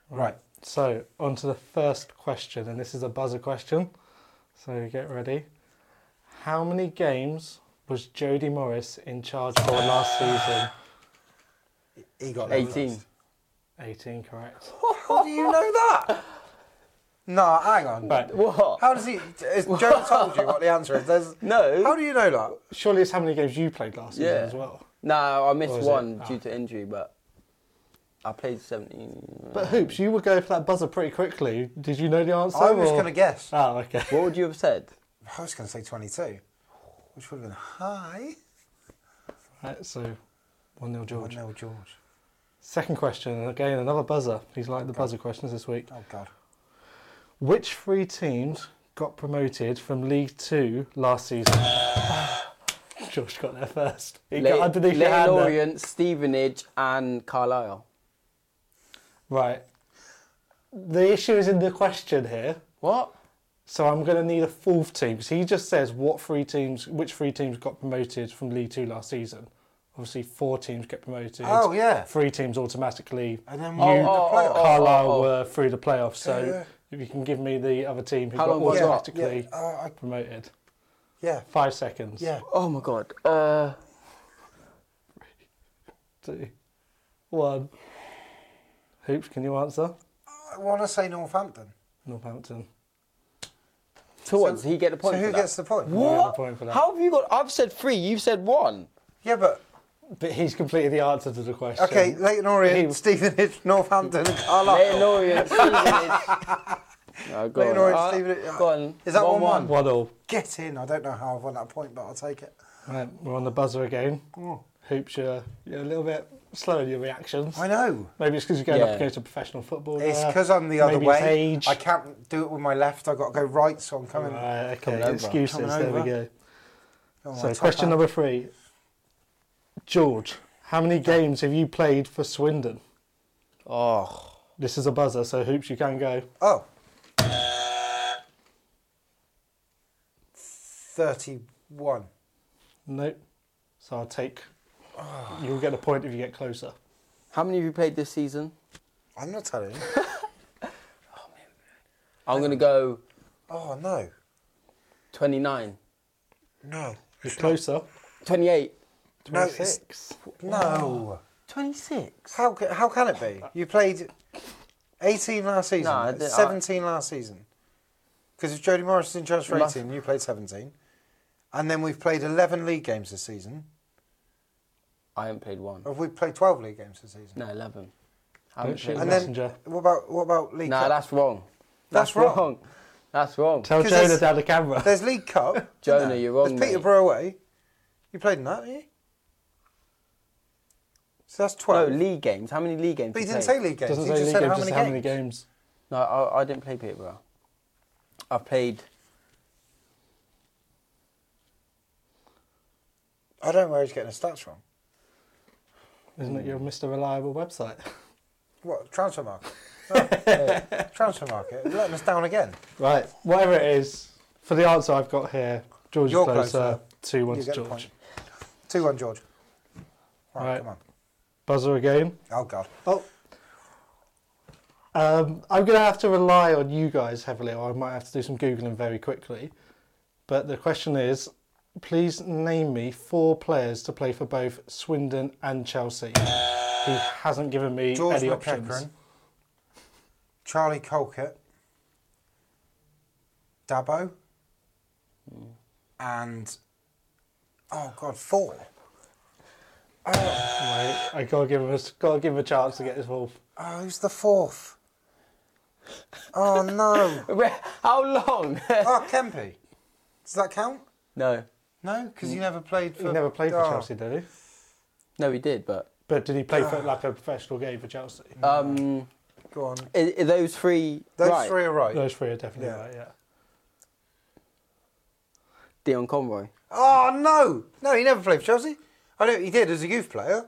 [SPEAKER 2] Right.
[SPEAKER 3] So, on to the first question, and this is a buzzer question. So, get ready. How many games was Jody Morris in charge for last season?
[SPEAKER 2] He got there
[SPEAKER 1] 18.
[SPEAKER 2] first.
[SPEAKER 3] 18, correct.
[SPEAKER 2] How do you know that? No, hang on.
[SPEAKER 3] Right.
[SPEAKER 1] What?
[SPEAKER 2] How does he? Has Joe told you what the answer is? There's
[SPEAKER 1] No.
[SPEAKER 2] How do you know that?
[SPEAKER 3] Surely it's how many games you played last season
[SPEAKER 1] Yeah.
[SPEAKER 3] as well.
[SPEAKER 1] No, I
[SPEAKER 3] Or
[SPEAKER 1] missed
[SPEAKER 3] is it-
[SPEAKER 1] one
[SPEAKER 3] ah.
[SPEAKER 1] due to injury, but I played 17.
[SPEAKER 3] But hoops, you were going for that buzzer pretty quickly. Did you know the answer?
[SPEAKER 2] I was
[SPEAKER 3] or-
[SPEAKER 2] going to guess.
[SPEAKER 3] Oh, okay.
[SPEAKER 1] What would you have said?
[SPEAKER 2] I was going to say 22, which would have been high.
[SPEAKER 3] Right, so one 0
[SPEAKER 2] Oh,
[SPEAKER 3] George.
[SPEAKER 2] no, George.
[SPEAKER 3] Second question, and again another buzzer. He's like the buzzer questions this week.
[SPEAKER 2] Oh God.
[SPEAKER 3] Which three teams got promoted from League Two last season? George got there first. He got
[SPEAKER 1] Le-
[SPEAKER 3] underneath your hand there.
[SPEAKER 1] Orient, Stevenage, and Carlisle.
[SPEAKER 3] Right. The issue is in the question here,
[SPEAKER 1] What?
[SPEAKER 3] so I'm going to need a fourth team. 'cause he just says what three teams, which three teams got promoted from League Two last season. Obviously, four teams get promoted.
[SPEAKER 2] Oh, yeah.
[SPEAKER 3] Three teams automatically.
[SPEAKER 2] And then
[SPEAKER 3] you,
[SPEAKER 2] we're in the Oh, oh, playoffs. oh, oh,
[SPEAKER 3] Carlisle
[SPEAKER 1] oh.
[SPEAKER 3] were through the playoffs. So if you can give me the other team who
[SPEAKER 1] How
[SPEAKER 3] got
[SPEAKER 1] long was that?
[SPEAKER 3] automatically
[SPEAKER 2] Yeah, uh, I-
[SPEAKER 3] promoted,
[SPEAKER 2] Yeah.
[SPEAKER 3] five seconds.
[SPEAKER 2] Yeah.
[SPEAKER 1] Oh my god. Uh,
[SPEAKER 3] Two, one. Hoops, can you answer?
[SPEAKER 2] I want to say Northampton.
[SPEAKER 3] Northampton.
[SPEAKER 1] so what? Does he get the point?
[SPEAKER 2] so
[SPEAKER 1] for
[SPEAKER 2] who
[SPEAKER 1] that?
[SPEAKER 2] gets the point?
[SPEAKER 3] You get
[SPEAKER 1] What?
[SPEAKER 3] the point for that.
[SPEAKER 1] How have you got? I've said three. You've said one.
[SPEAKER 2] Yeah, but
[SPEAKER 3] But he's completed the answer to the question.
[SPEAKER 2] okay. Leighton Orient,
[SPEAKER 3] He-
[SPEAKER 2] Stevenage, Northampton, and Carlisle.
[SPEAKER 1] Leighton Orient, Stevenage. no, go on.
[SPEAKER 2] Leighton Orient,
[SPEAKER 1] Uh,
[SPEAKER 2] Stevenage.
[SPEAKER 1] go on.
[SPEAKER 2] Is that
[SPEAKER 1] One,
[SPEAKER 2] one?
[SPEAKER 3] One all.
[SPEAKER 2] Get in. I don't know how I've won that point, but I'll take it.
[SPEAKER 3] Right, we're on the buzzer again.
[SPEAKER 2] Oh.
[SPEAKER 3] Hoops, you're, you're a little bit slow in your reactions.
[SPEAKER 2] I know.
[SPEAKER 3] Maybe it's because you're going
[SPEAKER 1] Yeah.
[SPEAKER 3] up against a professional footballer.
[SPEAKER 2] It's because I'm the other
[SPEAKER 3] Maybe
[SPEAKER 2] way.
[SPEAKER 3] It's age.
[SPEAKER 2] I can't do it with my left. I've got to go right, so I'm coming.
[SPEAKER 3] Right, okay,
[SPEAKER 1] Coming over.
[SPEAKER 3] excuses.
[SPEAKER 2] Coming
[SPEAKER 3] there we
[SPEAKER 2] over.
[SPEAKER 3] go.
[SPEAKER 2] Oh,
[SPEAKER 3] so,
[SPEAKER 2] I top
[SPEAKER 3] question
[SPEAKER 2] up.
[SPEAKER 3] number three. George, how many games have you played for Swindon?
[SPEAKER 1] Oh,
[SPEAKER 3] This is a buzzer, so Hoops, you can go.
[SPEAKER 2] Oh. 31.
[SPEAKER 3] Nope. So, I'll take. You'll get a point if you get closer.
[SPEAKER 1] how many of you played this season?
[SPEAKER 2] I'm not telling you.
[SPEAKER 1] I'm gonna go
[SPEAKER 2] Oh, no.
[SPEAKER 1] 29,
[SPEAKER 2] No.
[SPEAKER 3] You're closer.
[SPEAKER 1] 28,
[SPEAKER 2] No, it's,
[SPEAKER 3] Six.
[SPEAKER 2] no.
[SPEAKER 1] 26.
[SPEAKER 2] How, ca- how can it be? You played 18 last season,
[SPEAKER 1] No, I did- I-
[SPEAKER 2] 17 last season. Because if Jody Morris is in charge for
[SPEAKER 1] Must-
[SPEAKER 2] 18, you played 17. And then we've played 11 league games this season.
[SPEAKER 1] I haven't played one.
[SPEAKER 2] Or have we played 12 league games this season?
[SPEAKER 1] No, 11. I
[SPEAKER 3] Don't
[SPEAKER 1] haven't
[SPEAKER 3] shoot
[SPEAKER 1] played
[SPEAKER 3] the
[SPEAKER 1] one.
[SPEAKER 2] And then,
[SPEAKER 3] messenger.
[SPEAKER 2] what about, what about league
[SPEAKER 1] No,
[SPEAKER 2] cup?
[SPEAKER 1] that's wrong.
[SPEAKER 2] That's wrong.
[SPEAKER 1] That's wrong.
[SPEAKER 3] Tell
[SPEAKER 2] 'Cause
[SPEAKER 3] Jonah
[SPEAKER 2] there's-
[SPEAKER 3] down the camera.
[SPEAKER 2] There's League Cup. isn't
[SPEAKER 1] Jonah,
[SPEAKER 2] there?
[SPEAKER 1] you're wrong,
[SPEAKER 2] There's
[SPEAKER 1] mate.
[SPEAKER 2] Peterborough away. You played in that, didn't you? So that's
[SPEAKER 1] No,
[SPEAKER 2] 12.
[SPEAKER 1] league games. How many league games?
[SPEAKER 2] but
[SPEAKER 1] you
[SPEAKER 2] he didn't
[SPEAKER 1] played?
[SPEAKER 2] say league games.
[SPEAKER 3] Doesn't
[SPEAKER 2] he
[SPEAKER 3] say
[SPEAKER 2] just
[SPEAKER 3] league
[SPEAKER 2] said
[SPEAKER 3] games,
[SPEAKER 2] how
[SPEAKER 3] just
[SPEAKER 2] many
[SPEAKER 3] how
[SPEAKER 2] games.
[SPEAKER 3] many games.
[SPEAKER 1] No, I, I didn't play Peterborough. I played.
[SPEAKER 2] I don't know where he's getting his stats from.
[SPEAKER 3] Isn't it your Mr. Reliable website?
[SPEAKER 2] What? Transfer market. Oh, transfer market. Letting us down again.
[SPEAKER 3] Right, whatever it is, for the answer I've got here, George is
[SPEAKER 2] You're
[SPEAKER 3] closer,
[SPEAKER 2] closer.
[SPEAKER 3] 2 1
[SPEAKER 2] You
[SPEAKER 3] to
[SPEAKER 2] get the
[SPEAKER 3] George.
[SPEAKER 2] point. 2 1, George. Right,
[SPEAKER 3] Right.
[SPEAKER 2] come on.
[SPEAKER 3] Buzzer again.
[SPEAKER 2] Oh, God.
[SPEAKER 3] Oh. Um, I'm going to have to rely on you guys heavily, or I might have to do some Googling very quickly. But the question is please name me four players to play for both Swindon and Chelsea. He hasn't given me
[SPEAKER 2] George
[SPEAKER 3] any options.
[SPEAKER 2] McEachran. Charlie Colquitt. Dabo.
[SPEAKER 3] Hmm.
[SPEAKER 2] And. Oh, God, four.
[SPEAKER 3] Right, I gotta give him a gotta give him a chance to get this fourth.
[SPEAKER 2] Oh, who's the fourth? Oh no!
[SPEAKER 1] Where- How long?
[SPEAKER 2] oh, Kempy. Does that count?
[SPEAKER 1] no,
[SPEAKER 2] No, because he never played for.
[SPEAKER 3] He never played for
[SPEAKER 2] Oh.
[SPEAKER 3] Chelsea, did he?
[SPEAKER 1] no, he did, but
[SPEAKER 3] But did he play for like a professional game for Chelsea?
[SPEAKER 1] um,
[SPEAKER 2] Go on.
[SPEAKER 1] i i those three.
[SPEAKER 2] Those
[SPEAKER 1] right?
[SPEAKER 2] three are right.
[SPEAKER 3] Those three are definitely
[SPEAKER 2] Yeah.
[SPEAKER 3] right. Yeah.
[SPEAKER 1] Dion Conroy.
[SPEAKER 2] Oh no! No, he never played for Chelsea. I know he did as a youth player,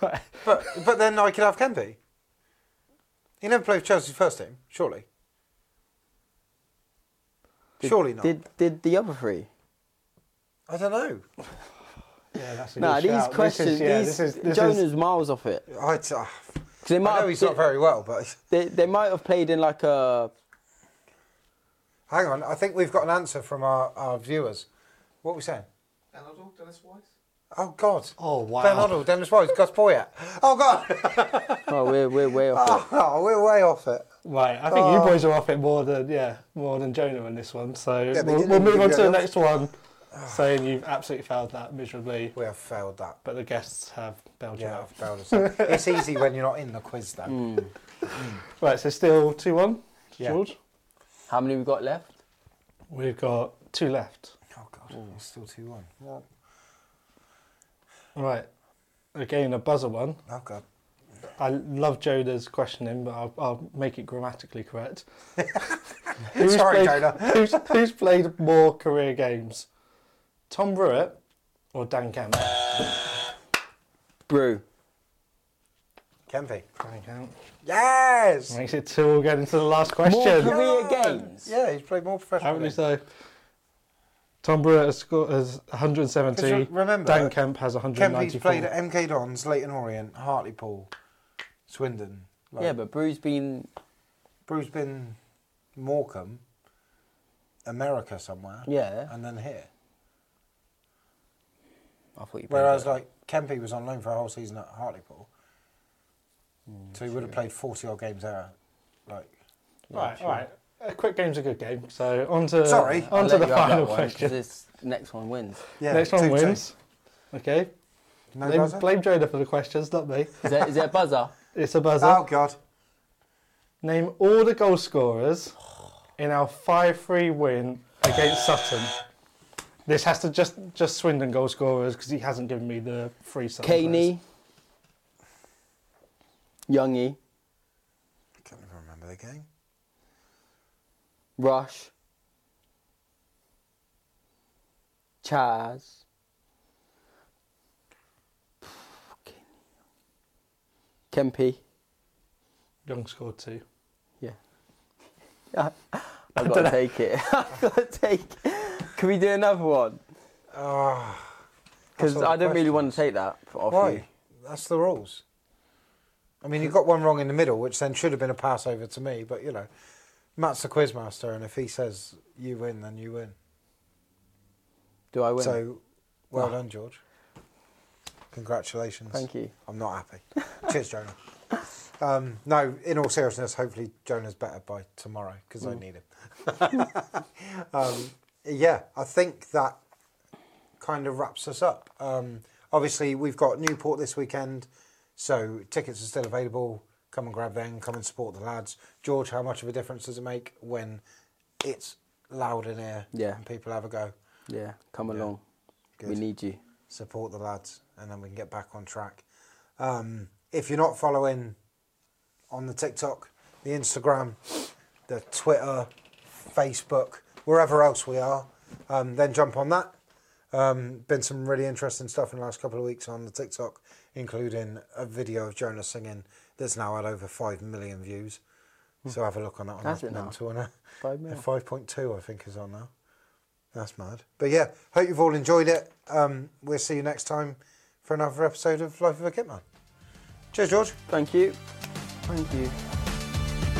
[SPEAKER 2] but but then I could have Kempy. He never played for Chelsea's first team, surely. surely not.
[SPEAKER 1] Did did the other three?
[SPEAKER 2] I don't know.
[SPEAKER 3] yeah, that's a
[SPEAKER 1] No,
[SPEAKER 3] good
[SPEAKER 1] these
[SPEAKER 3] shout. This
[SPEAKER 1] questions.
[SPEAKER 3] is- yeah,
[SPEAKER 1] these
[SPEAKER 3] this is- this
[SPEAKER 1] Jonah's
[SPEAKER 3] is-
[SPEAKER 1] miles off it.
[SPEAKER 2] I, d- I
[SPEAKER 1] They might
[SPEAKER 2] know
[SPEAKER 1] have,
[SPEAKER 2] he's not very well, but
[SPEAKER 1] they, they might have played in like a.
[SPEAKER 2] hang on. I think we've got an answer from our, our viewers. What were we saying?
[SPEAKER 4] Dennis Wise?
[SPEAKER 2] Oh God.
[SPEAKER 3] Oh, wow.
[SPEAKER 2] Ben Hoddle, Dennis Wise, Gus Poyet. Oh God.
[SPEAKER 1] Oh, we're, we're way off it.
[SPEAKER 2] Oh, we're way off it.
[SPEAKER 3] Right, I think
[SPEAKER 1] Oh.
[SPEAKER 3] you boys are off it more than yeah, more than Jonah in this one. So
[SPEAKER 2] but
[SPEAKER 3] we'll,
[SPEAKER 2] you
[SPEAKER 3] we'll
[SPEAKER 2] didn't
[SPEAKER 3] move
[SPEAKER 2] give
[SPEAKER 3] on
[SPEAKER 2] your
[SPEAKER 3] to the
[SPEAKER 2] answer.
[SPEAKER 3] next one, saying you've absolutely failed that miserably.
[SPEAKER 2] We have failed that.
[SPEAKER 3] But the guests have bailed you
[SPEAKER 2] Yeah, Hmm.
[SPEAKER 3] out.
[SPEAKER 2] I've failed us. it's easy when you're not in the quiz though.
[SPEAKER 3] Right, so still two one,
[SPEAKER 2] Yeah.
[SPEAKER 3] George.
[SPEAKER 1] How many we got left?
[SPEAKER 3] We've got two left.
[SPEAKER 2] Oh God, it's still two one.
[SPEAKER 3] Right, again a buzzer one.
[SPEAKER 2] Oh God.
[SPEAKER 3] I love Jonah's questioning, but I'll, I'll make it grammatically correct. who's
[SPEAKER 2] Sorry,
[SPEAKER 3] played,
[SPEAKER 2] Jonah.
[SPEAKER 3] Who's, who's played more career games, Tom Brewitt or Dan Camp?
[SPEAKER 1] Brew.
[SPEAKER 2] Kempy.
[SPEAKER 3] Dan Camp
[SPEAKER 2] Yes.
[SPEAKER 3] makes it two. We'll get into the last question.
[SPEAKER 1] Career games.
[SPEAKER 2] Yeah, he's played more professional.
[SPEAKER 3] Apparently
[SPEAKER 2] games.
[SPEAKER 3] so. Tom Brewer has scored has 170.
[SPEAKER 2] Because re- remember,
[SPEAKER 3] Dan Kemp has
[SPEAKER 2] Kempy's
[SPEAKER 3] 194.
[SPEAKER 2] played at MK Dons, Leighton Orient, Hartlepool, Swindon. Like,
[SPEAKER 1] Yeah, but Brew's been.
[SPEAKER 2] Brew's been Morecambe, America somewhere.
[SPEAKER 1] Yeah.
[SPEAKER 2] And then here.
[SPEAKER 1] I thought you. played
[SPEAKER 2] Whereas,
[SPEAKER 1] it.
[SPEAKER 2] like, Kempy was on loan for a whole season at Hartlepool. so he would have played 40 odd games there. Like,
[SPEAKER 3] Right, all right. A quick game's a good game. So on to
[SPEAKER 2] Sorry.
[SPEAKER 3] on
[SPEAKER 1] I'll
[SPEAKER 3] to
[SPEAKER 1] let
[SPEAKER 3] the
[SPEAKER 1] you have that
[SPEAKER 3] final
[SPEAKER 1] one, 'cause
[SPEAKER 3] question.
[SPEAKER 1] This next one wins.
[SPEAKER 2] yeah,
[SPEAKER 3] Next one
[SPEAKER 2] 2-2.
[SPEAKER 3] wins. Okay.
[SPEAKER 2] No
[SPEAKER 3] blame,
[SPEAKER 2] buzzer?
[SPEAKER 3] blame Jonah for the questions, not me.
[SPEAKER 1] Is there, is there a buzzer?
[SPEAKER 3] It's a buzzer.
[SPEAKER 2] Oh, God.
[SPEAKER 3] Name all the goal scorers in our 5-3 win against Sutton. This has to just just Swindon goal scorers because he hasn't given me the free Sutton. players.
[SPEAKER 1] Kaney. Youngie.
[SPEAKER 2] I can't even remember the game.
[SPEAKER 1] Rush. Chaz. Kempy.
[SPEAKER 3] Young scored two.
[SPEAKER 1] Yeah. I, I gotta take it. I gotta take it. Can we do another one? Because
[SPEAKER 2] all Ah, the
[SPEAKER 1] I don't really
[SPEAKER 2] questions.
[SPEAKER 1] want to take that off you.
[SPEAKER 2] Why? That's the rules. I mean, you got one wrong in the middle, which then should have been a pass over to me, but you know, Matt's the quiz master, and if he says you win, then you win.
[SPEAKER 1] Do I win? Ah.
[SPEAKER 2] So, well done, George. Congratulations.
[SPEAKER 1] Thank you.
[SPEAKER 2] I'm not happy. Cheers, Jonah. Um, no, in all seriousness, hopefully Jonah's better by tomorrow because
[SPEAKER 1] Mm.
[SPEAKER 2] I need him. um, yeah, I think that kind of wraps us up. Um, obviously, we've got Newport this weekend, so tickets are still available. Come and grab them. Come and support the lads. George, how much of a difference does it make when it's loud in here
[SPEAKER 1] Yeah.
[SPEAKER 2] and people have a go?
[SPEAKER 1] yeah, come along. We
[SPEAKER 2] Good.
[SPEAKER 1] need you.
[SPEAKER 2] support the lads, and then we can get back on track. Um, if you're not following on the TikTok, the Instagram, the Twitter, Facebook, wherever else we are, um, then jump on that. Um, been some really interesting stuff in the last couple of weeks on the TikTok, including a video of Jonah singing that's now had over 5 million views. So have a look on that one.
[SPEAKER 1] Hmm. Has
[SPEAKER 2] That's
[SPEAKER 1] it now?
[SPEAKER 2] mental, isn't it?
[SPEAKER 1] Five mil.
[SPEAKER 2] 5.2, I think, is on now. That's mad. But yeah, hope you've all enjoyed it. Um, we'll see you next time for another episode of Life of a Kitman. Cheers, George.
[SPEAKER 1] Thank you. Thank you.